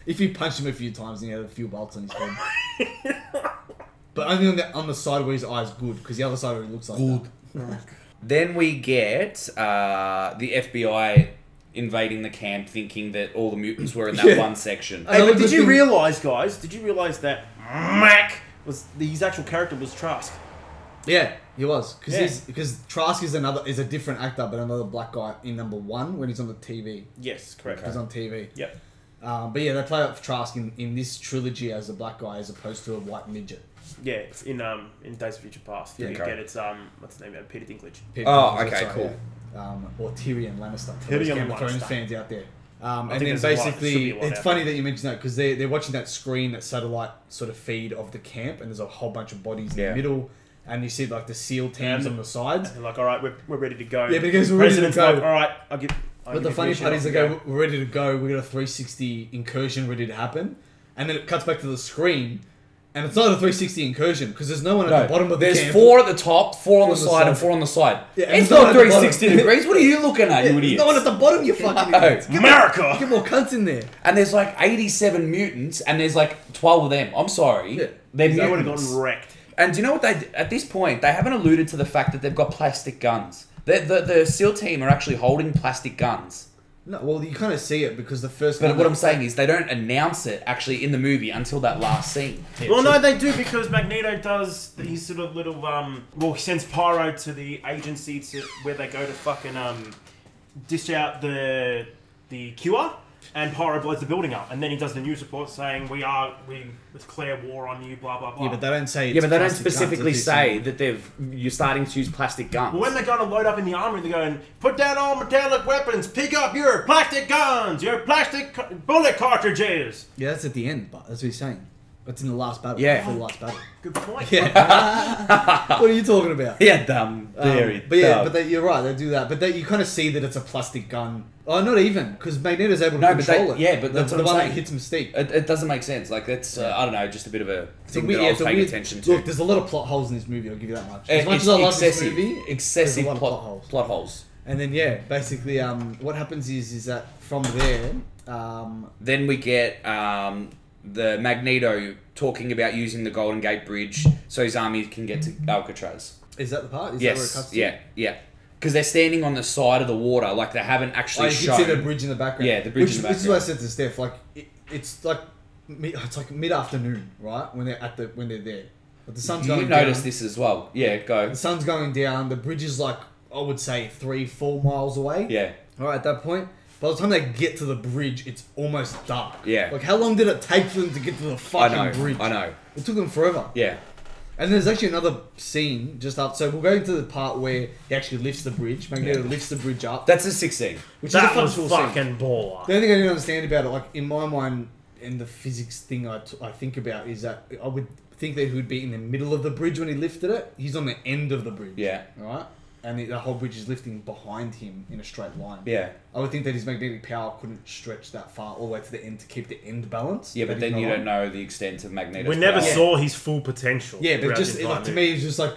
A: If you punched him a few times and he had a few bolts on his head. but only on the, on the side where his eye's good, because the other side where it looks like good.
B: then we get uh, the FBI invading the camp, thinking that all the mutants were in that
A: Yeah.
B: one section.
A: Another
C: Hey, but did
A: good
C: you
A: thing-
C: realise, guys, did you realise that Mac was, his actual character was Trask?
A: Yeah, he was. Because
C: Yeah.
A: because Trask is another is a different actor, but another black guy in number one when he's on the TV.
C: Yes, correct.
A: He's on TV.
C: Yep.
A: Um, but yeah, they play up Trask in, in this trilogy as a black guy as opposed to a white midget.
C: Yeah, it's in um in Days of Future Past.
A: Yeah,
C: you
B: okay.
C: get it's um what's the name? uh, Peter Dinklage.
A: Peter
B: Oh,
A: Dinklage,
B: okay,
A: sorry,
B: cool.
A: yeah. Um, or Tyrion Lannister. For those
C: Tyrion
A: Game of Thrones
C: Lannister.
A: fans out there. Um, and
C: think
A: then
C: there's a lot- should
A: basically,
C: be a lot
A: it's
C: out
A: funny that you mentioned that because they're, they're watching that screen, that satellite sort of feed of the camp, and there's a whole bunch of bodies in
B: Yeah.
A: the middle, and you see like the SEAL teams
C: And-
A: on the sides.
C: They're like, all right, we're, we're ready to go.
A: Yeah, because we're ready to
C: President's
A: go.
C: Like, all right, I'll give. I'll
A: But the
C: give
A: funny
C: you
A: part
C: shit,
A: is they
C: I'll
A: go, we're ready to go, we got a 360 incursion ready to happen, and then it cuts back to the screen, and it's not a 360 incursion because there's no one at
B: No,
A: the bottom of the
B: there's
A: camp.
B: four at the top, four on
A: Four
B: the side, and four on the side.
A: Yeah, and
B: it's
A: there's no
B: not
A: one at the
B: 360
A: bottom.
B: degrees. What are you looking at, you
A: There's
B: idiot?
A: no one at the bottom, you fucking idiots. Get
C: America.
A: get more cunts in there.
B: and there's like 87 mutants, and there's like 12 of them. I'm sorry,
A: Yeah.
B: they're
C: They would have
B: mutants.
C: gotten wrecked.
B: And do you know what they d- at this point they haven't alluded to the fact that they've got plastic guns. The the, the SEAL team are actually holding plastic guns.
A: No, well, you kind of see it because the first.
B: But what I'm saying is they don't announce it actually in the movie until that last scene.
C: well, no, they do because Magneto does his sort of little um. Well, he sends Pyro to the agency to where they go to fucking um, dish out the the cure, and Pyro blows the building up, and then he does the news report saying we are we declare war on you, blah blah blah.
A: yeah, but they don't say. It's
E: Yeah, but they don't
A: plastic guns,
E: specifically
A: it's just-
E: say that they've you're starting to use plastic guns.
C: Well, when they're going to load up in the armory, they're going, put down all metallic weapons, pick up your plastic guns, your plastic ca- bullet cartridges.
A: Yeah, that's at the end, but that's what he's saying. That's in the last battle.
B: Yeah.
A: before the last battle.
C: Good point.
A: what are you talking about?
B: Yeah, dumb,
A: Um, but yeah, but they, you're right. They do that, but they, you kind of see that it's a plastic gun. Oh, not even because Magneto's able to
B: No, but they-
A: control it.
B: yeah, but
A: the,
B: that's
A: the
B: what I'm
A: one
B: saying.
A: that hits Mystique.
B: it, it doesn't make sense. Like that's uh, I don't know, just a bit of a
A: It's a
B: thing
A: weird-
B: that I
A: yeah,
B: was
A: it's a
B: paying
A: weird-
B: attention to.
A: Look, there's a lot of plot holes in this movie. I'll give you that much.
B: Uh,
A: As much
B: it's
A: as I love this
B: excessive,
A: movie,
B: excessive
A: there's a lot of
B: plot,
A: plot holes.
B: plot holes.
A: and then yeah, basically, um, what happens is is that from there, um,
B: Then we get um, the Magneto talking about using the Golden Gate Bridge so his army can get to Alcatraz.
A: is that the part? Is that where it
B: Yes.
A: cuts to?
B: Yeah. Yeah. Because they're standing on the side of the water, like they haven't
A: Oh,
B: actually
A: you
B: shown.
A: can see the bridge in the background.
B: Yeah, the bridge
A: Which,
B: in the
A: This is what I said to Steph. Like, it, it's like mid, it's like mid afternoon, right? When they're at the when they're there, but the sun's
B: You
A: going.
B: noticed
A: down.
B: this as well. Yeah. Go.
A: The sun's going down. The bridge is like I would say three, four miles away.
B: Yeah.
A: All right, at that point, by the time they get to the bridge, it's almost dark.
B: Yeah.
A: Like, how long did it take for them to get to the
B: I
A: fucking
B: know.
A: bridge?
B: I know.
A: It took them forever.
B: Yeah.
A: And there's actually another scene just after. So we'll go into the part where he actually lifts the bridge. Magneto lifts the bridge up.
B: That's a 16.
A: which
C: That
A: is a
C: was
A: cool scene.
C: fucking baller.
A: The only thing I didn't understand about it, like in my mind, and the physics thing I, t- I think about is that I would think that he would be in the middle of the bridge when he lifted it. He's on the end of the bridge.
B: Yeah.
A: Right. And the, the whole bridge is lifting behind him in a straight line.
B: Yeah.
A: I would think that his magnetic power couldn't stretch that far all the way to the end to keep the end balance.
B: Yeah,
A: that
B: but
A: he's
B: then you
A: not
B: don't
A: on.
B: know the extent of Magneto's
C: We never
B: power.
C: saw his full potential.
A: Yeah, but
C: throughout
A: just
C: his
A: it, like
C: life.
A: to me, it's just like,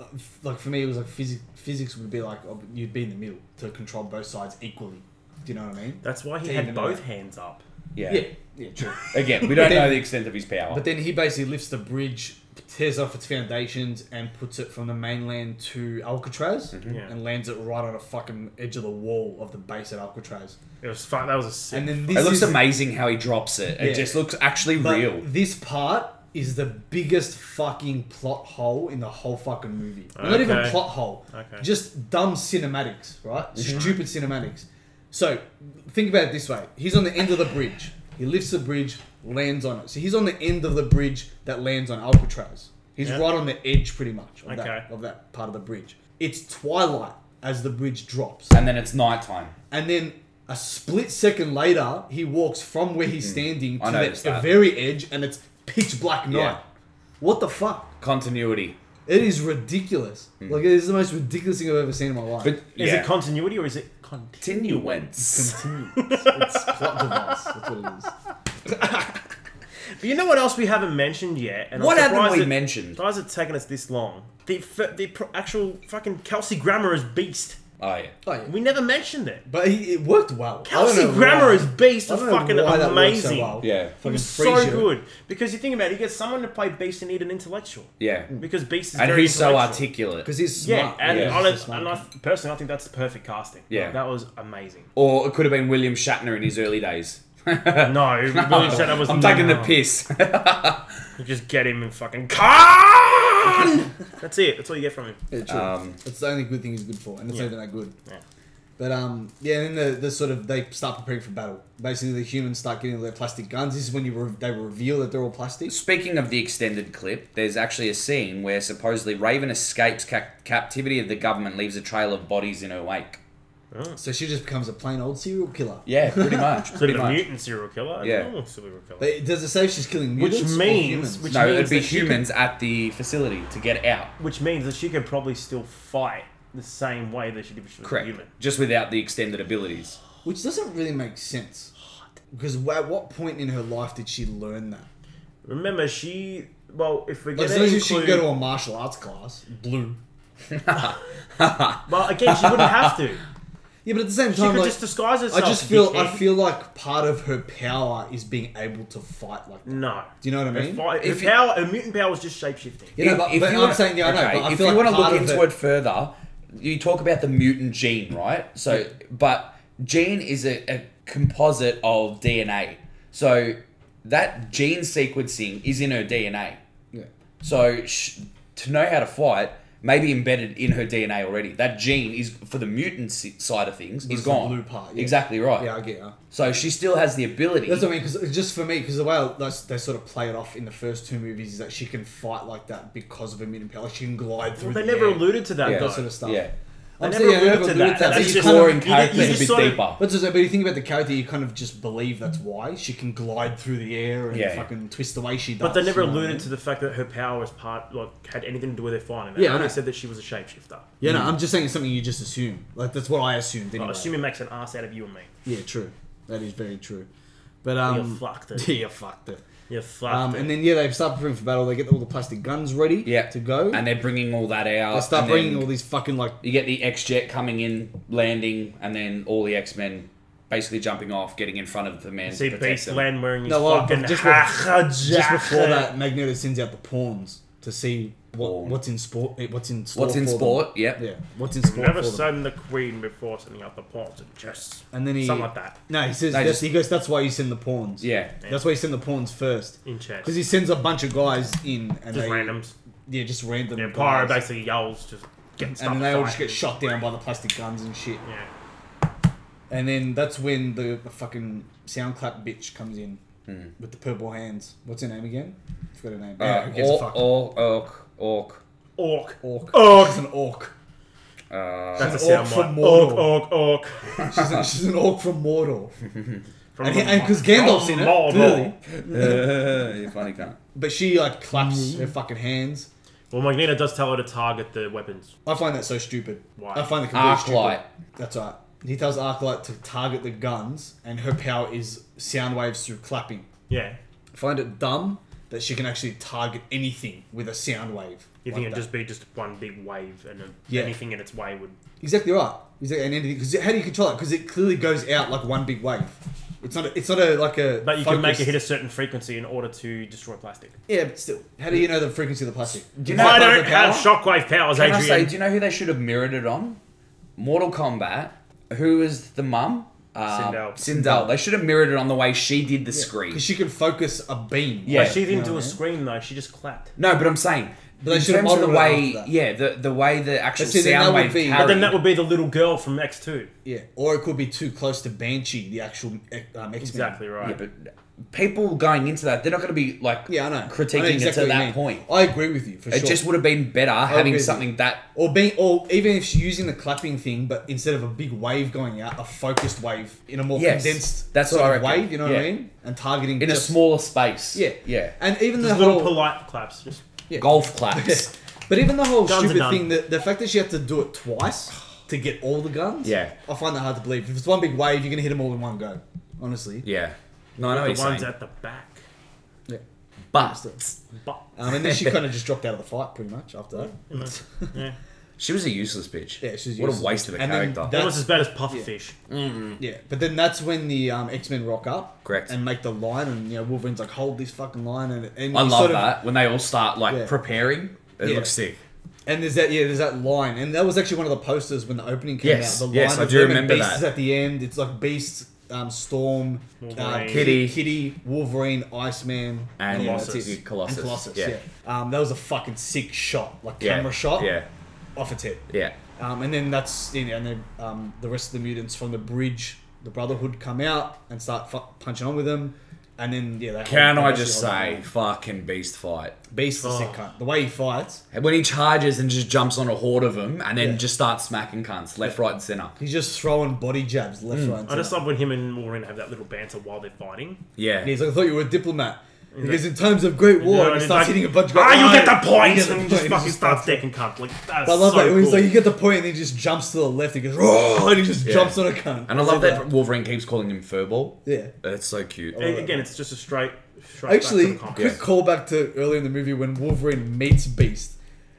A: uh, f- like for me, it was like physics. Physics would be like oh, you'd be in the middle to control both sides equally. Do you know what I mean?
C: that's why he
A: Yeah,
C: had
A: no, no.
C: both hands up.
B: Yeah.
A: Yeah. Yeah. True.
B: Again, we don't
A: But then-
B: know the extent of his power.
A: But then he basically lifts the bridge, tears off its foundations, and puts it from the mainland to Alcatraz,
B: Mm-hmm.
C: Yeah.
A: and lands it right on the fucking edge of the wall of the base at Alcatraz.
C: It was fun. That was a sick.
A: And then
B: it
A: this
B: looks
A: is,
B: amazing how he drops it. It
A: Yeah.
B: just looks actually
A: but
B: real.
A: This part is the biggest fucking plot hole in the whole fucking movie. Not even
C: Okay.
A: plot hole.
C: Okay.
A: Just dumb cinematics, right? Stupid cinematics. So think about it this way: he's on the end of the bridge. He lifts the bridge, lands on it. So he's on the end of the bridge that lands on Alcatraz. He's
C: Yeah.
A: right on the edge, pretty much, of,
C: Okay.
A: that, of that part of the bridge. It's twilight as the bridge drops.
B: and then it's nighttime.
A: And then a split second later, he walks from where he's standing
B: Mm-hmm. I
A: to the,
B: noticed
A: the
B: that.
A: very edge, and it's pitch black night.
B: Yeah.
A: What the fuck?
B: Continuity.
A: It is ridiculous. Like it is the most ridiculous thing I've ever seen in my life.
B: Hmm. But
C: is
B: yeah.
C: it continuity or is it continuity?
A: it's
B: continuance?
A: plot device. That's what it is.
C: But you know what else we haven't mentioned yet? And I'm
B: What haven't
C: surprised
B: we
C: it-
B: mentioned?
C: Surprised it's taken us this long. The f- the pro- actual fucking Kelsey Grammer is beast.
B: Oh yeah.
A: Oh, yeah.
C: We never mentioned it.
A: But he, it worked well. I don't
C: Kelsey
A: know
C: Grammer
A: why.
C: is beast.
A: I
C: Is
A: don't know
C: fucking
A: why that worked so
C: amazing.
A: well.
B: Yeah.
A: Fucking
C: It's so
A: Frasier.
C: good because you think about it, you get someone to play Beast and need an intellectual
B: Yeah.
C: because Beast is
B: And
C: very
B: he's so
C: intellectual.
B: articulate.
A: because he's smart.
C: Yeah, and,
B: Yeah.
A: he's
C: I don't-
A: just smart.
C: and I, personally, I think that's the perfect casting.
B: Yeah.
C: that was amazing.
B: Or it could have been William Shatner in his early days.
C: No, William Shatner was.
B: Oh. I'm taking the
C: no.
B: piss.
C: You just get him and fucking Khan. that's it. That's all you get from him.
A: Yeah, true.
B: Um,
A: it's the only good thing he's good for, and it's
C: Yeah.
A: not even that good.
C: Yeah.
A: But um, yeah, and then the, the sort of they start preparing for battle. Basically, the humans start getting their plastic guns. This is when you re- they reveal that they're all plastic.
B: Speaking of the extended clip, there's actually a scene where supposedly Raven escapes cap- captivity of the government, leaves a trail of bodies in her wake.
A: So she just becomes a plain old serial killer.
B: Yeah, pretty much.
C: So
B: pretty
C: the
B: much.
C: mutant serial killer. and
B: Yeah.
C: the normal serial killer.
A: But it- does it say she's killing
C: Which
A: mutants or
C: means-
A: humans?
C: which-
B: No,
C: means
B: it'd be
C: that she could-
B: humans at the facility to get out.
C: Which means that she can probably still fight the same way that she did if she was a
B: Correct.
C: human.
B: Just without the extended abilities.
A: which doesn't really make sense. Because wh- at what point in her life did she learn that?
C: Remember, she. Well, if we're
A: Like,
C: gonna
A: as long as
C: include,
A: she can go to a martial arts class, blue.
C: well, again, she wouldn't have to.
A: Yeah, but at the same
C: She
A: time,
C: could
A: like,
C: just disguise
A: I
C: herself.
A: just feel I
C: dickhead.
A: feel like part of her power is being able to fight like that.
C: no.
A: Do you know what I mean?
C: If, I,
B: If
C: if
B: you-
C: power, her mutant power was just shapeshifting.
A: Yeah, no, but, but I'm
B: wanna-
A: saying yeah, I know.
B: okay,
A: But I
B: if
A: feel
B: you
A: like
B: want to
A: part
B: look
A: of
B: into it, further, you talk about the mutant gene, right? So, but gene is a, a composite of DNA. So that gene sequencing is in her DNA.
A: Yeah.
B: So sh- to know how to fight. Maybe embedded in her DNA already. That gene is for the mutant si- side of things is
A: it's the
B: gone.
A: blue part, yeah.
B: Exactly right.
A: Yeah, I get ya.
B: So she still has the ability.
A: That's what I mean, because just for me, because the way I- that's, they sort of play it off in the first two movies is that she can fight like that because of her mutant power. Like she can glide through.
C: Well, they
A: the
C: never
A: air,
C: alluded to that.
B: Yeah.
C: though.
A: that sort of stuff.
B: yeah.
A: I'm
C: They
A: saying,
C: never
A: yeah,
C: alluded to
A: alluded
C: that. That's
A: but
C: just-
A: you kind of-
B: Exploring
C: you get- you
B: characters a
C: just
B: bit
C: sort of-
B: deeper.
A: But, just, but you think about the character, you kind of just believe that's why she can glide through the air and
B: Yeah.
A: fucking twist the way she does.
C: But they never
A: you know what I
C: alluded
A: mean?
C: to the fact that her power was part, like, had anything to do with her finding.
A: Yeah, I
C: Yeah,
A: know.
C: they said that she was a shapeshifter.
A: Yeah, no, I'm just saying it's something you just assume. Like that's what I assumed anyway.
C: I assume it makes an ass out of you and me.
A: yeah, true. That is very true. But um,
C: you fucked it.
A: Yeah, you fucked it.
C: You fucked
A: Um,
C: it.
A: and then yeah, they start preparing for battle. They get all the plastic guns ready.
B: Yeah.
A: to go.
B: And they're bringing all that out.
A: they start
B: and then-
A: bringing all these fucking like
B: You get the X Jet coming in, landing, and then all the X Men basically jumping off, getting in front of the men. to
C: See
B: protect
C: Beast
B: them.
C: Land wearing his
A: No, well,
C: fucking
A: just
C: hacker
A: just before that, Magneto sends out the pawns to see what,
B: Pawn.
A: what's in sport. eh, What's in store
B: What's in
A: for them.
B: sport? Yep.
A: Yeah, what's in sport?
C: Never
A: for them.
C: send the queen before sending out the pawns and chess.
A: And then he
C: something like that
A: No, he says
B: No,
A: that's,
B: just-
A: he goes. That's why you send the pawns.
B: Yeah.
A: that's why you send the pawns first.
C: in chess.
A: Because he sends a bunch of guys in and
C: just
A: they
C: randoms.
A: Yeah, just random.
C: Yeah, Pyro
A: guys.
C: basically yells just getting stuff.
A: and then they all just get shot down by the plastic guns and shit.
C: Yeah.
A: And then that's when the, the fucking sound clap bitch comes in with the purple hands. What's her name again? I forgot her name.
B: Hmm. Uh,
A: yeah, who gives a
B: or,
A: fuck?
B: or, orc, orc.
C: Orc.
A: orc.
C: Orc.
A: She's an orc.
B: Uh,
C: That's a
A: She's an orc
C: sound
A: from
C: one.
A: Mordor.
C: Orc, orc, orc.
A: She's, a, she's an orc from Mordor.
C: From
A: And because Gandalf's in it,
C: Mordor.
A: clearly.
B: you funny cunt.
A: But she like
C: Mm-hmm.
A: claps her fucking hands.
C: Well, Magneto does tell her to target the weapons.
A: I find that so stupid.
C: Why?
A: I find the
B: Arclight.
A: That's right. He tells Arclight to target the guns, and her power is sound waves through clapping.
C: Yeah.
A: I find it dumb that she can actually target anything with a sound wave.
C: You
A: like
C: think it'd
A: that.
C: just be just one big wave and uh,
A: Yeah.
C: anything in its way would.
A: exactly right? Exactly, and anything because how do you control it? Because it clearly goes out like one big wave. It's not. A, it's not a like a.
C: But you can make it hit
A: focused-
C: a certain frequency in order to destroy plastic.
A: Yeah, but still, how do you know the frequency of the plastic? Do
B: you know-
C: I
B: Like
C: don't
B: the
C: have
B: power?
C: shockwave powers,
B: Can I
C: Adrian.
B: say, do you know who they should have mirrored it on? Mortal Kombat. Who is the mum? Uh,
C: Sindel.
B: Sindel. They should have mirrored it on the way she did the scream.
A: Because she can focus a beam.
B: Yeah.
C: But she didn't
A: Yeah,
C: do a
A: man.
C: scream though. She just clapped.
B: No, but I'm saying,
A: But they
B: in
A: should have
B: terms of the
A: modeled it
B: way,
A: after that.
B: yeah, the the way the actual
A: But see, then that
B: sound
A: would
B: wave
A: be-
B: carried.
A: But
C: But then that would be the little girl from X Two.
A: Yeah, or it could be too close to Banshee, the actual um, X-Men.
C: Exactly right.
B: yeah, but people going into that, they're not going to be like,
A: Yeah, I know. I
B: critiquing
A: know
B: it
A: exactly
B: to
A: what you
B: that
A: mean.
B: point.
A: I agree with you for
B: It
A: sure.
B: just would have been better having
A: agree.
B: something that.
A: or being, or even if she's using the clapping thing, but instead of a big wave going out, a focused wave in a more
B: Yes,
A: condensed
B: that's what
A: sort
B: I
A: of
B: reckon.
A: wave. You know what I
B: Yeah.
A: mean? And targeting
B: In
A: just-
B: a smaller space.
A: yeah,
B: Yeah.
A: and even the
C: Just
A: whole
C: little polite claps. Just
A: yeah.
B: Golf claps.
A: but even the whole
C: Guns are
A: stupid
C: done.
A: thing, the, the fact that she had to do it twice to get all the guns,
B: Yeah.
A: I find that hard to believe. If it's one big wave, you're gonna hit them all in one go. Honestly,
B: yeah. No, I know
A: Oh,
C: the
B: what
C: ones
B: you're saying.
C: at the back.
A: yeah.
B: But
C: But
A: Um, and then she kind of just dropped out of the fight pretty much after that.
B: Mm. she was a useless bitch.
A: Yeah, she was
B: What
A: useless.
B: a waste of a
A: And then
B: character.
A: that-
C: almost as bad as pufferfish.
A: Yeah, but then that's when the um, X Men rock up,
B: Correct.
A: and make the line, and you know Wolverine's like, hold this fucking line, and and
B: I
A: you
B: love
A: sort of-
B: that when they all start like
A: Yeah.
B: preparing. It
A: Yeah.
B: looks sick.
A: and there's that yeah, there's that line, and that was actually one of the posters when the opening came
B: Yes,
A: out. The
B: yes,
A: line
B: I
A: of
B: do
A: them and
B: remember
A: Beast
B: that.
A: is at the end. It's like Beast, um, Storm, uh,
C: Wolverine.
A: Kitty,
B: Kitty.
A: Kitty, Wolverine, Iceman,
B: And
A: that's
B: Colossus.
A: it.
B: Colossus,
A: and Colossus. Yeah,
B: yeah.
A: Um, that was a fucking sick shot, like
B: Yeah,
A: camera shot,
B: Yeah.
A: off its head.
B: Yeah.
A: Um, and then that's you know, and then um, the rest of the mutants from the bridge, the Brotherhood, come out and start fu- punching on with them. And then yeah, they
B: Can
A: hold-
B: I
A: they
B: just
A: hold
B: say,
A: on.
B: fucking beast fight.
A: Beast is a sick
C: Oh.
A: cunt. The way he fights,
B: And When he charges and just jumps on a horde of them and then just starts smacking cunts left, right, and center.
A: he's just throwing body jabs left,
B: Mm.
A: right, and
C: I just
A: center.
C: love when him and Wolverine have that little banter while they're fighting.
B: Yeah.
A: And he's like, I thought you were a diplomat. Because in times of great war, and he starts hitting a bunch of guys.
C: Ah, you get the point!
A: He gets the
C: and he
A: point,
C: just
A: he
C: fucking
A: just
C: starts
A: starts-
C: taking cunt. Like, that's
A: But I love
C: so
A: that.
C: cool.
A: He's like, you get the point, and he just jumps to the left. He goes, "Roar," and he just
B: Yeah.
A: jumps on a cunt.
B: And I love that Wolverine keeps calling him furball.
A: Yeah. Oh,
B: That's so cute.
C: A- Again, it's just a straight, straight
A: Actually,
C: back to the comics.
A: quick call back to earlier in the movie when Wolverine meets Beast,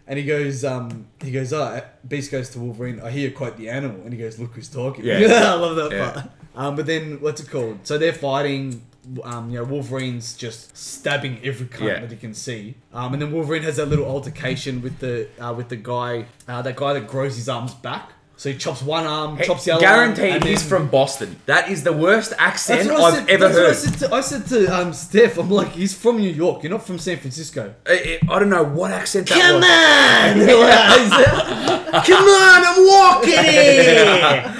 A: and he goes, um, he goes, ah, Beast goes to Wolverine. I hear you quite the animal, and he goes, look who's talking.
B: Yeah.
A: I love that
B: Yeah.
A: part. Um, but then what's it called? So they're fighting. Um, you know, Wolverine's just stabbing every cunt
B: Yeah.
A: that he can see. Um, and then Wolverine has that little altercation with the uh, with the guy, uh, that guy that grows his arms back. So he chops one arm, chops the other. arm,
B: Guaranteed
A: and
B: he's
A: then-
B: from Boston. That is the worst accent
A: I
B: I've
A: said,
B: ever
A: that's what I
B: heard.
A: said to, I said to um, Steph, I'm like, he's from New York. You're not from San Francisco.
B: I, I- I don't know what accent that
A: Come
B: was.
A: on! Come on, I'm walking!
C: Yeah.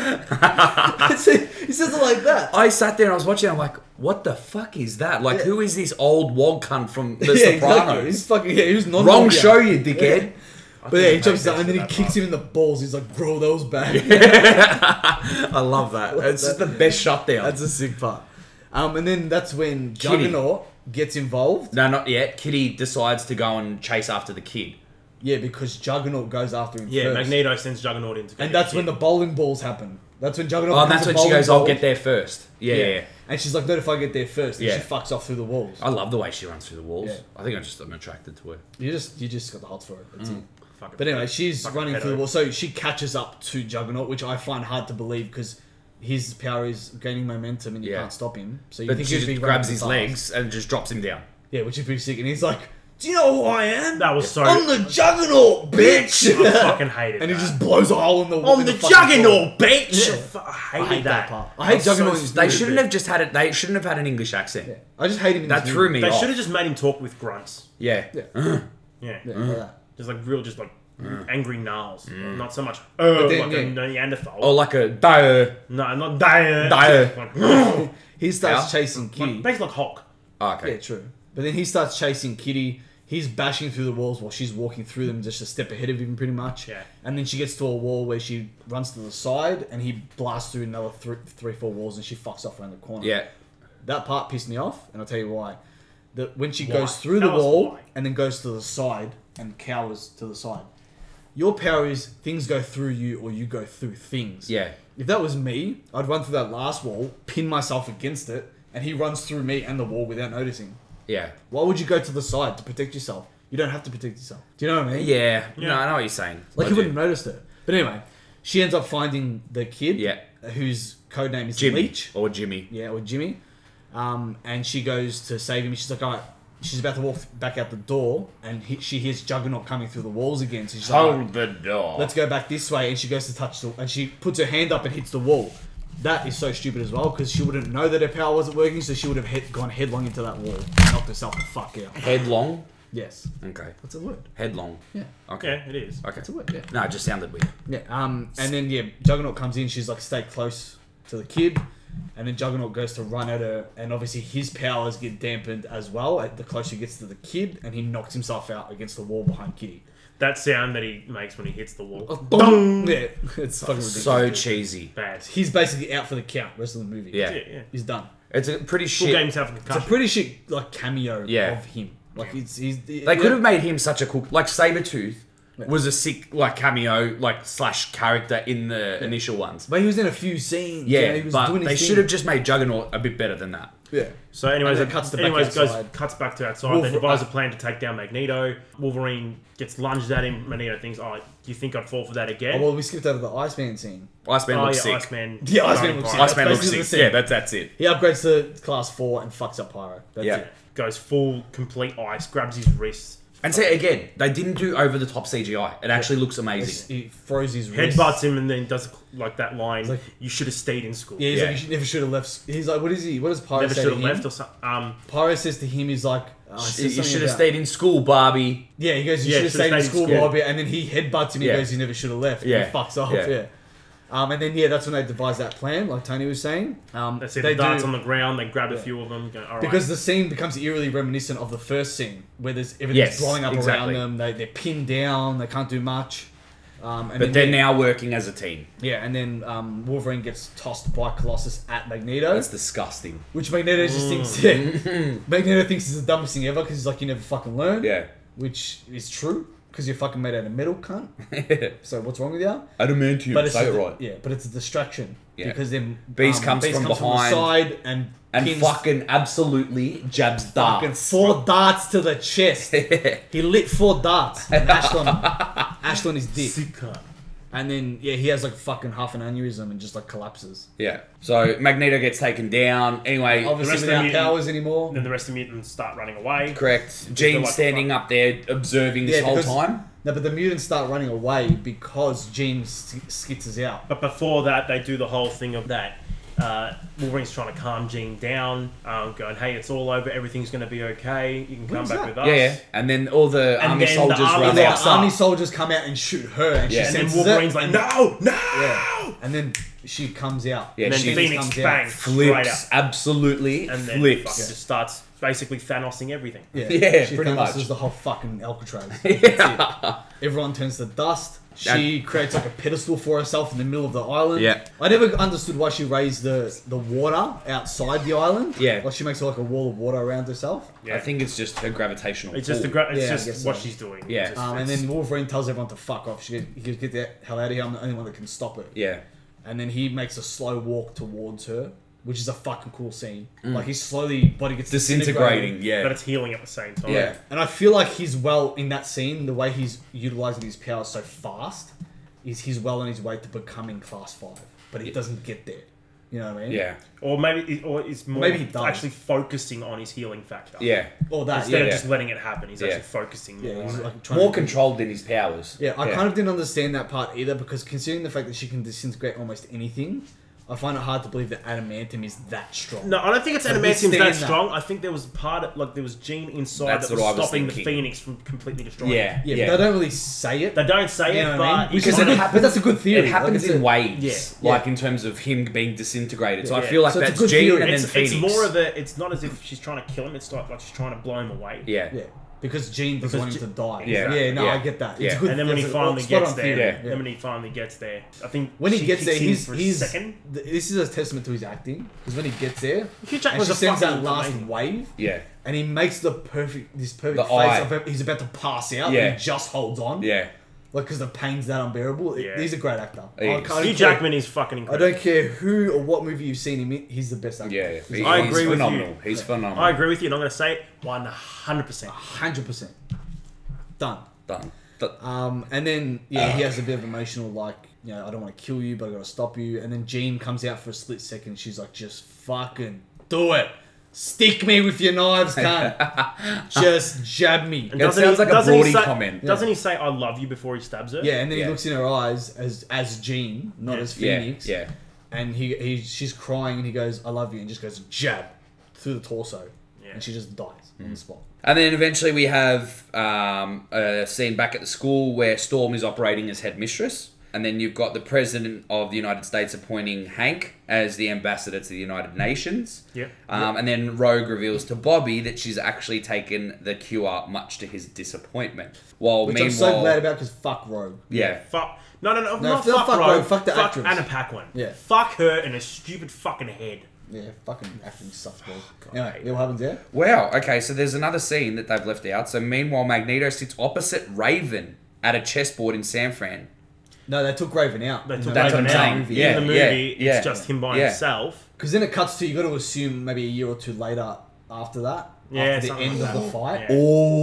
A: he says it like that.
B: I sat there and I was watching. I'm like, what the fuck is that? Like, who is this old wog cunt from The
A: yeah, exactly.
B: Sopranos?
A: He's fucking, yeah, he was non
B: Wrong show, you dickhead.
A: But yeah, he jumps
C: That's
A: down and then he
C: that
A: kicks
C: part.
A: him in the balls. He's like, grow those back.
B: I love that. It's just the best shutdown.
A: that's a sick part. Um, and then that's when Juggernaut gets involved.
B: no, not yet. Kitty decides to go and chase after the kid.
A: Yeah, because Juggernaut goes after him
C: Yeah,
A: first.
C: Magneto sends Juggernaut into.
A: and that's when the bowling balls happen. That's when Juggernaut.
B: Oh,
A: becomes a
B: that's when she
A: bowling
B: goes, I'll
A: ball."
B: get there first. Yeah, yeah. yeah.
A: And she's like, no, if I get there first, and
B: Yeah.
A: she fucks off through the walls.
B: I love the way she runs through the walls.
A: Yeah.
B: I think I just I'm attracted to her.
A: You just you just got the hot for it.
B: Mm.
A: That's it.
C: Fucking
A: But anyway, she's
C: fucking
A: running through the
C: pedo.
A: wall, so she catches up to Juggernaut, which I find hard to believe because his power is gaining momentum and you
B: Yeah.
A: can't stop him. So you
B: But
A: think
B: she
A: he'd be
B: just
A: running
B: grabs his
A: fast.
B: legs and just drops him down.
A: Yeah, which is pretty sick. And he's like, "Do you know who I am?
C: that was so.
A: I'm the Juggernaut, bitch!"
C: I fucking hated.
A: and he
C: that.
A: just blows a hole in the wall.
C: I'm the Juggernaut, bitch.
A: Yeah.
C: Fu- I
A: I
C: hated
A: hate that
C: that.
A: part. I hate
C: That's so
A: Juggernaut.
C: stupid.
B: They shouldn't have just had it. They shouldn't have had an English accent.
A: I just hate him. In
B: That
A: this
B: threw
A: movie.
B: me
C: They
B: off.
C: should have just made him talk with grunts.
B: Yeah.
A: Yeah.
C: Yeah,
A: Yeah, like that.
C: just like real, just like angry gnarls, not so much oh
A: then,
C: like
A: yeah.
C: a Neanderthal.
B: Or like a dire.
C: No, not dire.
B: Dire.
C: Like,
A: He starts
B: Yeah.
A: chasing Kitty.
C: basically like Hulk.
B: Oh,
A: Yeah,
B: okay.
A: true. But then he starts chasing Kitty. He's bashing through the walls while she's walking through them, just a step ahead of him, pretty much.
C: Yeah.
A: And then she gets to a wall where she runs to the side, and he blasts through another three, three four walls, and she fucks off around the corner.
B: Yeah.
A: That part pissed me off, and I'll tell you why. That when she
C: Why?
A: goes through
C: Tell
A: the
C: us
A: wall
C: why.
A: and then goes to the side and cowers to the side. Your power is things go through you or you go through things.
B: Yeah.
A: If that was me, I'd run through that last wall, pin myself against it, and he runs through me and the wall without noticing.
B: Yeah.
A: Why would you go to the side to protect yourself? You don't have to protect yourself. Do you know what I mean?
B: Yeah. No, I know what you're saying.
A: Like
B: I
A: you
B: do.
A: wouldn't have noticed it. But anyway, she ends up finding the kid
B: Yeah.
A: whose codename is
B: Jimmy
A: Leech
B: or Jimmy.
A: yeah, or Jimmy. Um, and she goes to save him. She's like, all right. She's about to walk back out the door, and he, she hears Juggernaut coming through the walls again. So she's like, "All right,
D: the door.
A: let's go back this way. And she goes to touch the, and she puts her hand up and hits the wall. That is so stupid as well because she wouldn't know that her power wasn't working, so she would have hit, gone headlong into that wall, and knocked herself the fuck out.
B: Headlong.
A: Yes,
B: Okay.
A: that's a word.
B: Headlong.
A: Yeah,
B: Okay.
C: Yeah, it is.
B: Okay.
A: that's a word. Yeah.
B: No, it just sounded weird.
A: Yeah. Um. And then yeah, Juggernaut comes in. She's like, stay close to the kid. And then Juggernaut goes to run at her, and obviously his powers get dampened as well. At the closer he gets to the kid, and he knocks himself out against the wall behind Kitty.
C: That sound that he makes when he hits the wall.
A: Oh. Dong! Yeah, it's fucking ridiculous.
B: So cheesy.
C: Bad.
A: he's basically out for the count rest of the movie.
B: Yeah.
C: Yeah, yeah.
A: he's done.
B: It's a pretty
C: Full
B: shit.
C: games have a
A: It's a
C: concussion.
A: pretty shit like cameo
B: Yeah.
A: of him. Like it's he's
B: They could have made him such a cool. Like Sabretooth was a sick like cameo like slash character in the initial ones.
A: but he was in a few scenes. you
B: Yeah,
A: know, he was
B: but
A: doing his
B: they
A: thing.
B: should have just made Juggernaut a bit better than that.
A: Yeah,
C: So, anyways,
A: And then
C: it
A: cuts to back
C: anyways goes
A: outside.
C: cuts back to outside.
A: Wolver- uh,
C: they devise a plan to take down Magneto. Wolverine gets lunged at him. Magneto thinks, "Oh, do you think I'd fall for that
A: Oh,
C: again?"
A: well, we skipped over the Iceman scene.
B: Iceman
C: oh yeah,
B: looks sick.
C: Iceman.
A: Yeah, Iceman
C: Iron
A: looks
C: Claw.
A: sick.
B: Iceman
A: That's
B: looks
A: basically
B: sick.
A: the
B: Yeah,
A: same.
B: that's that's it.
A: He upgrades to class four and fucks up Pyro. That's
B: Yeah.
A: it.
C: Goes full complete ice, grabs his wrists,
B: And say again, they didn't do over the top CGI. It actually looks amazing.
A: He froze his wrist.
C: headbutts him, and then does like that line.
A: like-
C: you should have stayed in school.
A: Yeah, he's
B: Yeah.
A: like, you never should have left. He's like, what is he? What does Pyro
C: Never
A: say
C: should
A: to
C: have
A: him?
C: left or something. Um,
A: Pyro says to him, he's like, oh, he says
B: You
A: something
B: should have
A: about-
B: stayed in school, Barbie.
A: Yeah, he goes, you
C: Yeah,
A: should have stayed
C: should've
A: in
C: stayed in
A: school,
C: school.
A: Robbie. And then he headbutts him. He
B: Yeah.
A: goes, you never should have left.
B: Yeah.
A: He fucks off.
B: Yeah.
A: Yeah. Um, and then yeah, that's when they devise that plan, like Tony was saying. Um,
C: They see
A: they
C: the darts
A: do-
C: on the ground. They grab a few of them. Go, All right.
A: because the scene becomes eerily reminiscent of the first scene where there's everything's
B: Yes,
A: blowing up
B: exactly.
A: around them. They they're pinned down. They can't do much. Um, and
B: But
A: then
B: they're now working as a team.
A: Yeah, and then um, Wolverine gets tossed by Colossus at Magneto,
B: That's disgusting.
A: which Magneto just thinks yeah, Magneto thinks is the dumbest thing ever because he's like you never fucking learn.
B: Yeah.
A: which is true because you're fucking made out of metal, cunt. so what's wrong with you?
B: Adamantium.
A: But it's
B: say
A: a,
B: it right.
A: yeah, but it's a distraction
B: Yeah.
A: because then um,
B: Beast comes from behind
A: the side and
B: And
A: pins
B: fucking absolutely jabs
A: fucking
B: darts.
A: four darts to the chest. he lit four darts and ashed on ashed on his dick,
C: Sick cut.
A: and then yeah, he has like fucking half an aneurysm and just like collapses.
B: Yeah. So Magneto gets taken down. Anyway,
A: Obviously,
C: rest of the
A: without
C: mutant-
A: powers anymore.
C: Then the rest of the mutants start running away.
B: correct.
C: They're
B: Jean
C: like,
B: standing up there observing this
A: Yeah,
B: whole
A: because-
B: time.
A: No, but the mutants start running away because Jean sk- skitters out.
C: But before that, they do the whole thing of that. Uh, Wolverine's trying to calm Jean down, um, going, "Hey, it's all over. Everything's going to be okay. You can come
A: When's
C: back
A: that?
C: with us."
B: Yeah, yeah. And then all the
C: And
B: army
C: then the
B: soldiers
C: army
B: run
A: The
C: walks
B: out.
C: up.
A: army soldiers come out and shoot her, and
B: Yeah.
A: she
C: And then
A: senses
C: Wolverine's
A: it,
C: like,
A: and-
C: "No, no!"
A: Yeah. And then she comes out.
B: Yeah,
C: And then
B: she
C: Phoenix
A: comes out.
C: bangs straight
B: Flips.
C: out,
B: Absolutely
C: and then fucking
B: flips.
C: just starts basically Thanosing everything.
A: Yeah,
B: Yeah,
A: she
B: pretty
A: Thanos'
B: much.
A: the whole fucking Alcatraz. That's it. Everyone turns to dust. She creates like a pedestal for herself in the middle of the island.
B: Yeah.
A: I never understood why she raised the the water outside the island.
B: Yeah.
A: Like she makes like a wall of water around herself.
C: Yeah.
B: I think it's just her gravitational.
C: It's just the
B: pull.
C: gra-
A: Yeah, I
C: it's
A: guess
C: just what
A: so.
C: she's doing.
B: Yeah.
C: It's just-
A: Um, and
C: it's-
A: then Wolverine tells everyone to fuck off. She he goes, get the hell out of here. I'm the only one that can stop it.
B: Yeah.
A: And then he makes a slow walk towards her, which is a fucking cool scene. Like he's slowly body gets
B: Mm. Disintegrating. Yeah.
C: but it's healing at the same time.
B: yeah.
A: And I feel like he's well in that scene. The way he's utilizing his powers so fast is he's well on his way to becoming class five, but he doesn't get there. You know what I mean?
B: Yeah.
C: Or maybe, or it's more
A: Maybe he does.
C: actually focusing on his healing factor.
B: Yeah.
A: Or that.
C: Instead
A: Yeah.
C: of
B: yeah.
C: just letting it happen, he's
B: Yeah.
C: actually focusing more
A: yeah.
C: on
A: He's
C: it.
A: like trying
B: More
A: to-
B: controlled in his powers.
A: Yeah, I kind of didn't understand that part either because considering the fact that she can disintegrate almost anything, I find it hard to believe that adamantium is that strong.
C: No, I don't think it's
A: Can we
C: adamantium's that
A: stand that?
C: strong. I think there was part of, like there was gene inside
B: That's
C: that
B: what I
C: was
B: was
C: stopping the
B: thinking.
C: phoenix from completely destroying.
B: Yeah,
A: yeah,
B: yeah.
A: But they don't really say it.
C: it. they don't say
A: You
C: it,
A: know
C: but
A: what I mean?
C: it's
A: Because
C: kind
A: it
C: of-
A: happens- but that's a good theory.
B: It happens
A: Like, it's
B: in
A: a-
B: waves,
A: yeah,
B: like
A: yeah.
B: in terms of him being disintegrated. So I
C: Yeah.
B: feel like
A: So it's a
B: that's
A: good
B: Jean
A: theory.
B: and
C: it's,
B: then Phoenix.
C: it's more of a. It's not as if she's trying to kill him. It's like, like she's trying to blow him away.
B: yeah.
A: Yeah, because Gene doesn't
C: Because
A: want him to
C: Gene-
A: die.
B: Yeah.
A: yeah, no,
B: Yeah.
A: I get that. It's
B: Yeah.
A: a good.
C: And then when he
A: it's a-
C: finally
A: it's spot
C: gets
A: on
C: there,
A: theory.
B: Yeah.
C: then when he finally gets there, I think
A: When he
C: she
A: gets there,
C: kicks in
A: he's,
C: for a
A: he's
C: second.
A: th- this is a testament to his acting because when he gets there,
C: Hugh
A: and
C: Jackman's
A: she
C: a
A: sends that
C: fucking
A: last
C: amazing-
A: wave,
B: Yeah.
A: and he makes the perfect this perfect
B: The
A: face
B: eye.
A: of him. He's about to pass out,
B: Yeah.
A: and he just holds on,
B: Yeah.
A: like because the pain's that unbearable. It-
C: Yeah.
A: He's a great actor.
B: He
A: I can't-
B: is.
C: Hugh
A: I don't care-
C: Jackman is fucking
A: I
C: incredible.
A: don't care who or what movie you've seen him in, he's the best actor.
B: Yeah. He-
C: I
B: he's
C: agree with you.
B: phenomenal. He's phenomenal.
C: I agree with you, and I'm going to say it 100. percent
A: hundred percent done.
B: Done. Th-
A: Um, and then yeah, he has a bit of emotional like, you know, I don't want to kill you, but I gotta stop you. And then Jean comes out for a split second. She's like, just fucking do it. Stick me with your knives, cunt. just jab me.
B: It sounds like a Brody comment.
C: Doesn't he say "I love you" before he stabs her?
A: Yeah, and then
B: Yeah.
A: he looks in her eyes as as Jean, not as
B: Yeah.
A: Phoenix.
B: Yeah.
A: And he, he she's crying and he goes, I love you, and just goes jab through the torso.
C: Yeah.
A: And she just dies on
B: Mm.
A: the spot.
B: And then eventually we have um, a scene back at the school where Storm is operating as headmistress. And then you've got the President of the United States appointing Hank as the ambassador to the United Nations.
C: Yep.
B: Um, and then Rogue reveals to Bobby that she's actually taken the cure, much to his disappointment. While
A: Which
B: meanwhile,
A: I'm so glad about because fuck Rogue.
B: yeah,
C: Fuck. No, no, no.
A: No,
C: not
A: fuck
C: fuck,
A: Rogue,
C: Rogue.
A: fuck the
C: fuck
A: actress.
C: Anna Paquin.
A: Yeah.
C: Fuck her and her stupid fucking head.
A: Yeah, fucking acting sucks, bro.
B: Oh,
A: anyway, yeah, what happens there?
B: Wow. Okay, so there's another scene that they've left out. So meanwhile, Magneto sits opposite Raven at a chessboard in San Fran.
A: No, they took Raven out.
C: They took
B: That's
C: Raven
B: what I'm saying.
C: out.
B: Yeah,
C: In the
B: yeah,
C: movie,
B: yeah.
C: it's just him by
B: Yeah.
C: himself.
A: Because then it cuts to you got to assume maybe a year or two later after that,
C: Yeah,
A: after the
C: something
A: end
C: like
A: of
C: that.
A: the fight.
C: Yeah.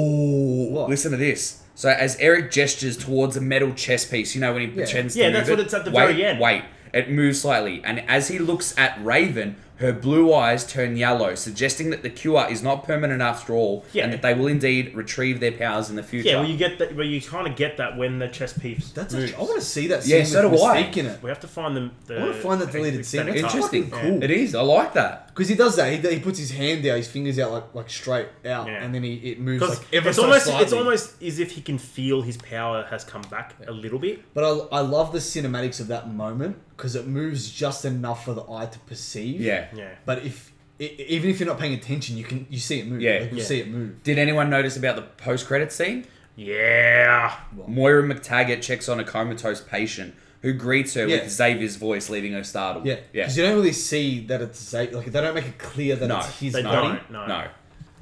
B: Oh,
A: What?
B: listen to this. So as Eric gestures towards a metal chess piece, you know when he pretends to
C: Yeah,
B: move
C: that's what
B: it,
C: it's at the
B: wait,
C: very end.
B: Wait, it moves slightly, and as he looks at Raven, her blue eyes turn yellow, suggesting that the cure is not permanent after all,
C: Yeah.
B: and that they will indeed retrieve their powers in the future.
C: Yeah, well, you get that. Well, you kind of get that when the chest peeps.
A: That's
C: moves.
A: actually, I want to see that scene
B: Yeah,
A: yeah,
B: so
A: with
B: do I.
A: Mystique in it.
C: We have to find them. The,
A: I want to find that deleted scene. That's
C: It's
B: Interesting.
A: fucking cool.
B: It is. I like that.
A: Because he does that. He, he puts his hand out, his fingers out like like straight out,
C: Yeah.
A: and then he it moves
C: Because
A: like ever
C: it's
A: so
C: almost
A: slightly.
C: it's almost as if he can feel his power has come back a little bit.
A: But I, I love the cinematics of that moment because it moves just enough for the eye to perceive.
B: Yeah.
C: Yeah.
A: But if i even if you're not paying attention, you can you see it move.
B: Yeah.
A: Like, you
C: Yeah.
A: see it move.
B: Did anyone notice about the post-credit scene?
C: Yeah.
B: Moira McTaggart checks on a comatose patient who greets her
A: Yeah.
B: with Xavier's voice, leaving her startled.
A: Yeah,
B: yeah.
A: because you don't really see that it's Za- like they don't make it clear that
B: No,
A: it's his
C: they
A: body,
C: don't. No.
B: no.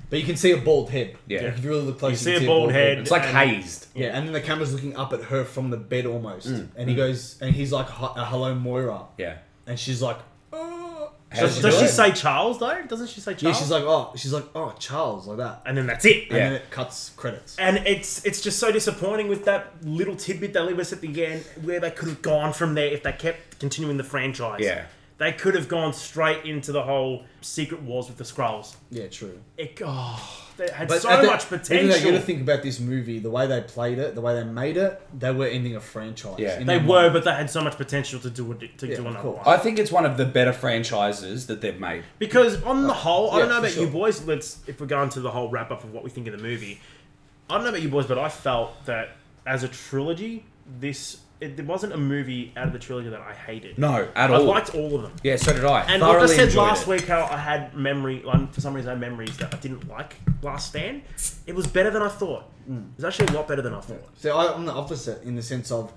A: but you can see a bald head.
B: Yeah.
A: Like, if you really look close,
C: You
A: you,
C: see
A: can
C: a bald head.
B: It's like
C: And-
B: hazed.
A: Yeah, and then the camera's looking up at her from the bed almost, and he goes and he's like, "Hi- uh, "Hello, Moira,"
B: Mm. Yeah.
A: and she's like, "Oh."
B: How
C: Does,
B: did
C: does
B: you
C: she
B: do it?
C: say Charles though? Doesn't she say
A: Yeah,
C: Charles?
A: she's like, "Oh," she's like, "Oh, Charles," like that,
C: and then that's it.
A: and
B: Yeah.
A: then it cuts credits.
C: And it's it's just so disappointing with that little tidbit they leave us at the end, where they could have gone from there if they kept continuing the franchise.
B: Yeah.
C: they could have gone straight into the whole Secret Wars with the Skrulls.
A: Yeah, true.
C: It oh, they had
A: But
C: so
A: at the-
C: much
A: even though You
C: potential.
A: got to think about this movie, the way they played it, the way they made it. They were ending a franchise.
B: Yeah.
A: in
C: they
A: their
C: were,
A: mind.
C: but they had so much potential to do it to
A: Yeah,
C: do
A: of
C: another
A: course.
C: one.
B: I think it's one of the better franchises that they've made.
C: Because on the whole, I
A: Uh, yeah,
C: don't know
A: for
C: about you
A: sure.
C: boys. Let's if we're going to the whole wrap up of what we think of the movie. I don't know about you boys, but I felt that as a trilogy, this it, there wasn't a movie out of the trilogy that I hated.
B: No, at
C: I
B: all.
C: liked all of them.
B: yeah, so did I.
C: And
B: Thoroughly
C: like I said
B: enjoyed
C: last
B: it.
C: week, how I had memory like, for some reason I had memories that I didn't like Last Stand. It was better than I thought. It was actually a lot better than I thought.
A: So I, I'm the opposite in the sense of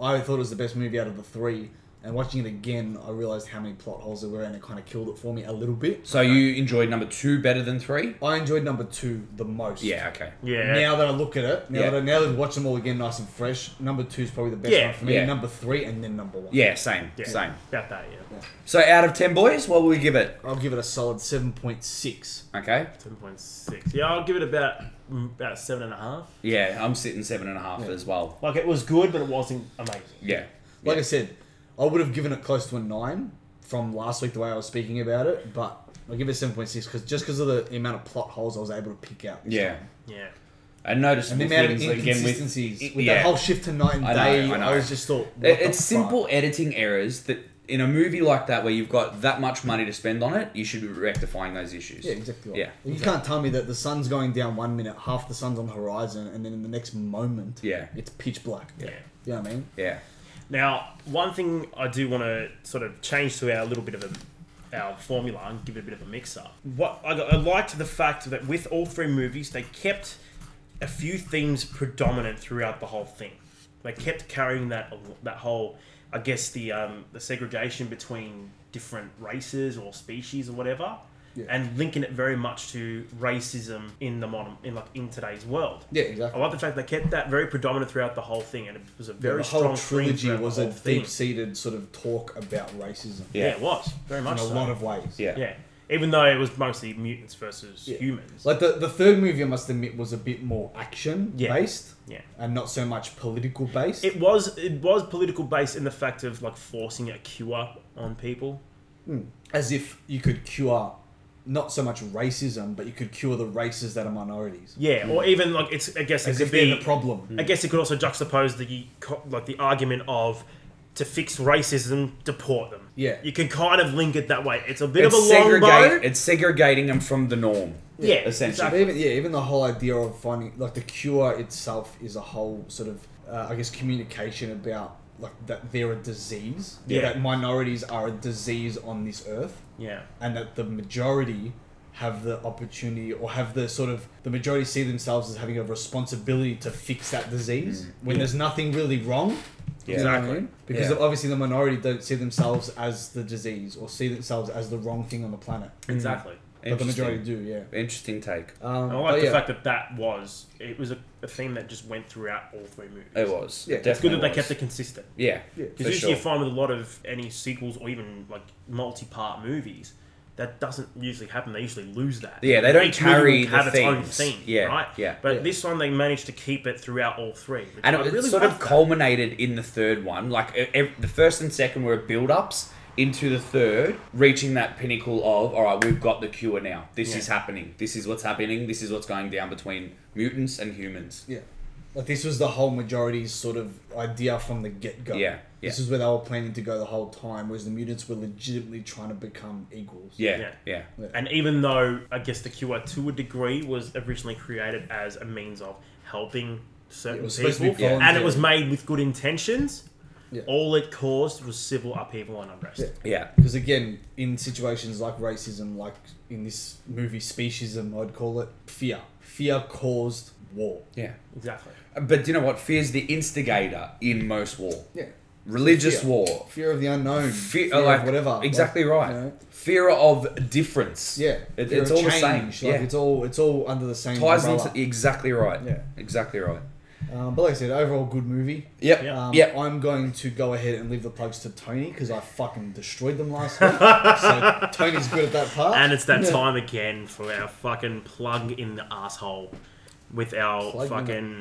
A: I thought it was the best movie out of the three, and watching it again, I realized how many plot holes there were, and it kind of killed it for me a little bit.
B: So you enjoyed number two better than three?
A: I enjoyed number two the most.
B: Yeah, okay.
C: Yeah.
A: Now that I look at it, now
B: Yeah.
A: that I, now that I've watched them all again, nice and fresh, number two is probably the best
C: Yeah,
A: one for me.
B: yeah.
A: Number three, and then number one.
B: Yeah, same,
C: Yeah,
B: same.
C: About that, yeah.
B: So out of ten boys, what will we give it?
A: I'll give it a solid seven point six.
B: Okay.
C: Seven point six. Yeah, I'll give it about mm, about seven and a half.
B: Yeah, I'm sitting seven and a half as well.
C: Like it was good, but it wasn't amazing.
B: Yeah.
A: Like I said, I would have given it close to a nine from last week, the way I was speaking about it, but I will give it seven point six because just because of the amount of plot holes I was able to pick out. this
B: Yeah.
C: Yeah.
B: And notice
A: And the amount of
B: things again
A: inconsistencies
B: with,
A: with,
B: yeah.
A: that whole shift to night and
B: I know,
A: day,
B: I
A: I,
B: know.
A: was just thought, what
B: It-
A: the
B: it's
A: fuck?
B: simple editing errors that in a movie like that where you've got that much money to spend on it, you should be rectifying those issues.
A: Yeah, exactly. Right.
B: Yeah.
A: you can't tell me that the sun's going down one minute, half the sun's on the horizon, and then in the next moment,
B: Yeah.
A: it's pitch black.
C: Yeah.
A: you know what I mean.
B: Yeah.
C: Now, one thing I do want to sort of change to our little bit of a, our formula and give it a bit of a mix up. What I, I liked the fact that with all three movies, they kept a few themes predominant throughout the whole thing. They kept carrying that that whole, I guess the um, the segregation between different races or species or whatever,
A: Yeah.
C: and linking it very much to racism in the modern in like in today's world.
A: Yeah, exactly.
C: I like the fact they kept that very predominant throughout the whole thing, and it was a very
A: the
C: strong
A: whole
C: theme
A: trilogy
C: throughout the
A: was a
C: whole thing.
A: deep-seated sort of talk about racism
C: Yeah. it was very
A: in
C: much
A: a
C: so.
A: lot of ways.
B: Yeah.
C: yeah. Even though it was mostly mutants versus
A: Yeah.
C: humans.
A: Like the, the third movie, I must admit, was a bit more action
C: Yeah.
A: based
C: yeah.
A: and not so much political based.
C: It was it was political based in the fact of like forcing a cure on people.
A: as if you could cure not so much racism, but you could cure the races that are minorities.
C: Yeah, or even like it's I guess it
A: As
C: could
A: if
C: be
A: they're the problem.
C: I guess it could also juxtapose the co- like the argument of to fix racism, deport them.
A: Yeah.
C: you can kind of link it that way. It's a bit
B: It's,
C: of a long
B: segregate,
C: bow.
B: it's segregating them from the norm.
C: Yeah,
B: essentially.
A: But
C: exactly.
A: even, yeah, even the whole idea of finding like the cure itself is a whole sort of uh, I guess communication about like that they're a disease.
C: Yeah.
A: That minorities are a disease on this earth.
C: Yeah,
A: and that the majority have the opportunity or have the sort of the majority see themselves as having a responsibility to fix that disease when there's nothing really wrong. You know what I
C: Exactly.
A: mean? Because
B: Yeah.
A: obviously the minority don't see themselves as the disease or see themselves as the wrong thing on the planet.
C: exactly.
A: But the
B: Interesting.
A: majority do, yeah.
B: Interesting take.
A: Um,
C: I like
A: but
C: the
A: yeah.
C: fact that that was it was a, a theme that just went throughout all three movies.
B: It was.
A: Yeah.
B: Yeah,
A: It's
C: It's good that they kept it consistent.
B: Yeah,
A: Yeah.
B: for
C: Because usually
B: sure.
C: you find with a lot of any sequels or even like multi-part movies, that doesn't usually happen. They usually lose that.
B: Yeah, they don't
C: Each movie
B: carry
C: will have
B: the
C: its own
B: themes.
C: theme.
B: Yeah,
C: right.
B: yeah.
C: But
A: Yeah.
C: this one they managed to keep it throughout all three. which
B: and
C: I
B: it
C: really
B: sort of
C: love that.
B: culminated in the third one. Like e- ev- the first and second were build-ups into the third, reaching that pinnacle of all right, we've got the cure now. This
C: Yeah.
B: is happening. This is what's happening. This is what's going down between mutants and humans.
A: Yeah. Like this was the whole majority's sort of idea from the get go.
B: Yeah, yeah.
A: This is where they were planning to go the whole time, whereas the mutants were legitimately trying to become equals.
B: Yeah,
C: Yeah.
B: yeah,
C: And even though I guess the cure to a degree was originally created as a means of helping certain
A: It was supposed to be
C: people, and it
A: voluntary.
C: was made with good intentions,
A: Yeah.
C: all it caused was civil upheaval and unrest.
A: Yeah.
B: yeah.
A: Because again, in situations like racism, like in this movie, speciesism, I'd call it fear. Fear caused war.
B: yeah.
C: Exactly.
B: But do you know what? Fear's the instigator in most war.
A: Yeah.
B: Religious
A: Fear.
B: war,
A: Fear of the unknown.
B: fear,
A: Fear,
B: like
A: of whatever.
B: Exactly
A: Like,
B: right.
A: you know,
B: Fear of difference.
A: yeah.
B: it,
A: Fear
B: it's
A: of
B: all the
A: change,
B: same.
A: Like
B: yeah,
A: it's all it's all under the same
B: ties
A: umbrella.
B: into exactly right.
A: Yeah.
B: exactly right.
A: Um, but like I said, overall good movie.
B: Yep.
C: Yeah.
A: Um,
B: Yep.
A: I'm going to go ahead and leave the plugs to Tony because I fucking destroyed them last week. so Tony's good at that part.
C: And it's that
A: Yeah.
C: time again for our fucking plug in the asshole with our
A: Plug in the-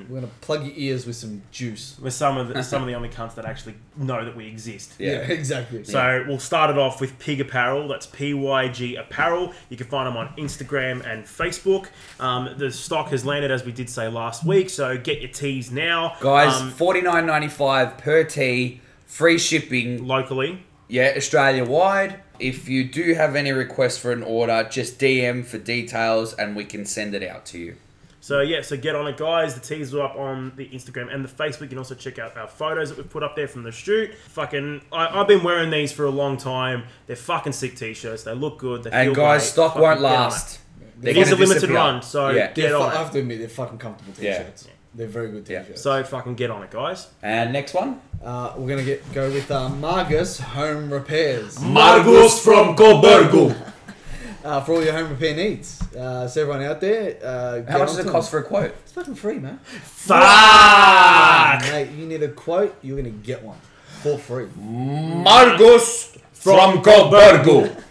C: fucking
A: we're gonna plug your ears with some juice.
C: with some of the, some of the only cunts that actually know that we exist.
A: Yeah,
B: Yeah.
A: exactly.
C: So we'll start it off with Pig Apparel. That's P Y G Apparel. You can find them on Instagram and Facebook. Um, the stock has landed as we did say last week, so get your teas now,
B: Guys,
C: Um,
B: forty nine ninety five per tee, free shipping.
C: locally,
B: Yeah, Australia wide. If you do have any requests for an order, just DM for details and we can send it out to you.
C: So yeah, so get on it, guys. The teas are up on the Instagram and the Facebook. You can also check out our photos that we've put up there from the shoot. Fucking, I, I've been wearing these for a long time. They're fucking sick t-shirts. They look good. They
B: And
C: feel
B: guys,
C: great.
B: stock
C: Fucking
B: won't
C: get on
B: last. They're
C: It is
B: gonna
C: a limited
B: disappear.
C: run, so
B: yeah.
C: get
A: They're fu-
C: on
A: I
C: it.
A: have to admit, they're fucking comfortable
B: Yeah.
A: t-shirts. They're very good
B: Yeah.
A: t-shirts.
C: So fucking get on it, guys.
B: And next one.
A: uh, we're gonna get go with uh, Margus Home Repairs
B: Margus from Coburgo.
A: uh, for all your home repair needs. Uh, so everyone out there, uh,
B: How much does it cost for a quote?
A: It's fucking free, man.
C: Fuck.
A: Mate, you need a quote, you're gonna get one for free.
B: Margus from Coburgo.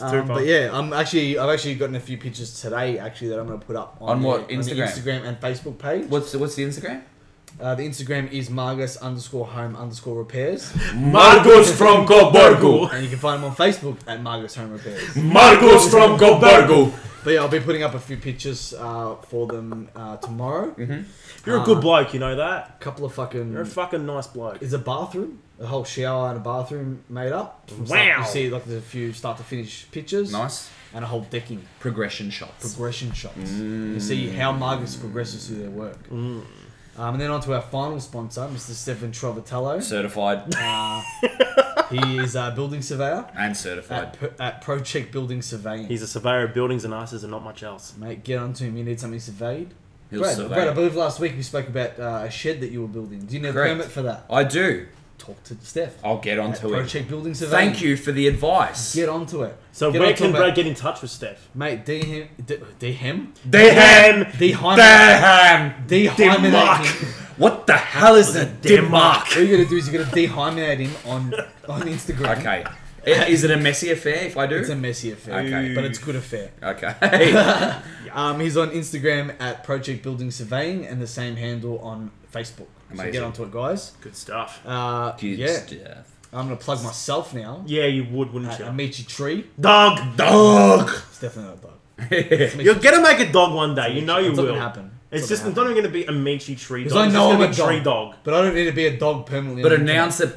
A: Um, but yeah, I'm actually I've actually gotten a few pictures today actually that I'm gonna put up on,
B: On
A: the-
B: what?
A: the
B: Instagram?
A: Instagram and Facebook page.
B: What's the, what's the Instagram?
A: Uh, the Instagram is Margus underscore Home underscore Repairs,
B: Margus from Coburgo.
A: and you can find them on Facebook at Margus Home Repairs.
B: Margus from Coburgo.
A: But yeah, I'll be putting up a few pictures uh, for them uh, tomorrow.
B: Mm-hmm.
A: Uh-huh.
C: You're a good bloke, you know that.
A: A couple of fucking.
C: You're a fucking nice bloke.
A: is a bathroom? the whole shower and a bathroom made up. It was
C: Wow.
A: Like, you see, like there's a few start to finish pictures.
B: Nice
A: And a whole decking
B: progression shots.
A: progression shots. You see
B: Mm.
A: how Marcus progresses through their work.
C: Mm.
A: Um, and then on to our final sponsor, Mr. Stefan Trovatello.
B: certified
A: He is a building surveyor
B: and certified.
A: at, P- at Project Building Surveying.
C: He's a surveyor of buildings and ices and not much else.
A: Mate, get on to him. You need something surveyed.
B: He'll
A: Brad,
B: survey.
A: Brad, I believe last week we spoke about uh, a shed that you were building. Do you need a
B: Correct.
A: permit for that?
B: I do.
A: Talk to Steph.
B: I'll get
A: At
B: onto it.
A: Project Building Surveying.
B: Thank you for the advice.
A: Get onto it.
C: So
A: Get
C: where
A: onto
C: can
A: it,
C: Brad get in touch with Steph?
A: Mate, D him, D, D him,
B: Damn!
A: D hymen,
B: Damn!
A: D
B: Denmark!
A: hymenate him.
B: What the hell is a Denmark?
A: What you're gonna do is you're gonna dehymenate him on on Instagram.
B: Okay. I- Is it a messy affair if I do?
A: It's a messy affair,
B: Okay.
A: but it's good affair.
B: okay.
A: Um, he's on Instagram at Project Building Surveying and the same handle on Facebook. So
B: Amazing.
A: get onto it, guys.
C: Good stuff.
A: Uh,
B: Good
A: yeah,
B: stuff.
A: I'm gonna plug myself now.
C: Yeah, you would, wouldn't
A: At
C: you?
A: Amici Tree.
C: dog.
B: Dog!
A: uh, It's definitely not a dog.
C: You're gonna make a dog one day. You know you
A: it's
C: will.
A: Not gonna happen.
C: It's
A: not
C: just
A: gonna
C: it's not even gonna be a Michi tree
A: Because
C: dog.
A: I
C: It's
A: know
C: just
A: I'm
C: gonna
A: a
C: be tree
A: dog.
C: dog.
A: happen. But I don't need to be a dog permanently.
B: But
A: on the internet.
B: announce it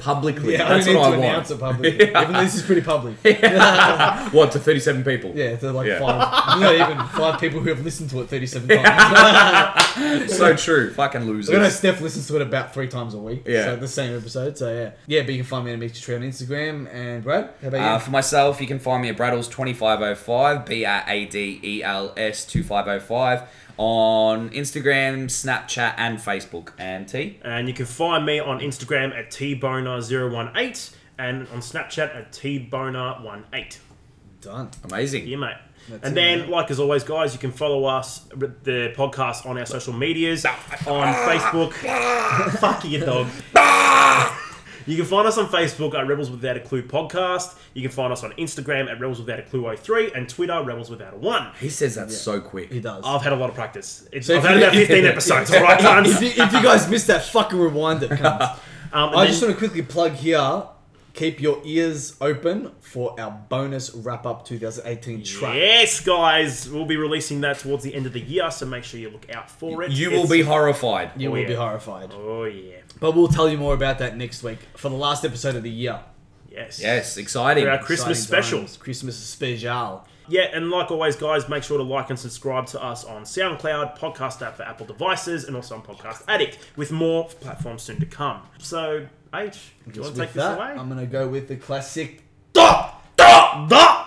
B: publicly.
A: Yeah,
B: That's
A: I don't need
B: what
A: to
B: I
A: announce
B: want.
A: it publicly. Even though this is pretty public. yeah,
B: What, to 37 people?
A: to like
B: Yeah.
A: five, not even five people who have listened to it 37 times.
B: So true. Fucking losers. Uh,
A: I know Steph listens to it about three times a week.
B: Yeah.
A: So the same episode. So yeah. Yeah, but you can find me at Amici Tree on Instagram. And Brad, how about you?
B: Uh, for myself, you can find me at Braddles2505, B R A D E L S 2505, on Instagram, Snapchat, and Facebook. And T?
C: And you can find me on Instagram at tboner018 and on Snapchat at tboner18.
A: Done.
B: Amazing.
C: Yeah, mate.
A: That's
C: and
A: it,
C: then,
A: mate.
C: like as always, guys, you can follow us, the podcast, on our social medias, on Facebook. Fuck you, dog. You can find us on Facebook at Rebels Without a Clue Podcast. You can find us on Instagram at Rebels Without a Clue 03 and Twitter, Rebels Without a 1.
B: He says that so quick.
A: He does.
C: I've had a lot of practice. It's,
A: So
C: I've
A: if
C: had
A: you-
C: about 15 episodes, all right,
A: if,
C: cunts?
A: you, if you guys missed that, fucking rewind it. cunts.
C: Um, and
A: I
C: then-
A: just want to quickly plug here. Keep your ears open for our bonus wrap up 2018 track.
C: Yes, guys, we'll be releasing that towards the end of the year, so make sure you look out for it.
B: You
C: It's-
B: will be horrified.
A: You will
C: yeah.
A: be horrified.
C: Oh yeah,
A: But we'll tell you more about that next week for the last episode of the year.
C: yes,
B: Yes, exciting.
C: For our Christmas
A: Exciting
C: special.
A: times. Christmas special.
C: Yeah, and like always, guys, make sure to like and subscribe to us on SoundCloud, podcast app for Apple devices, and also on Podcast Addict, with more platforms soon to come. So, H, do you
A: Just
C: want to take
A: with
C: this
A: that,
C: away?
A: I'm going to go with the classic
C: Da! Da! Da!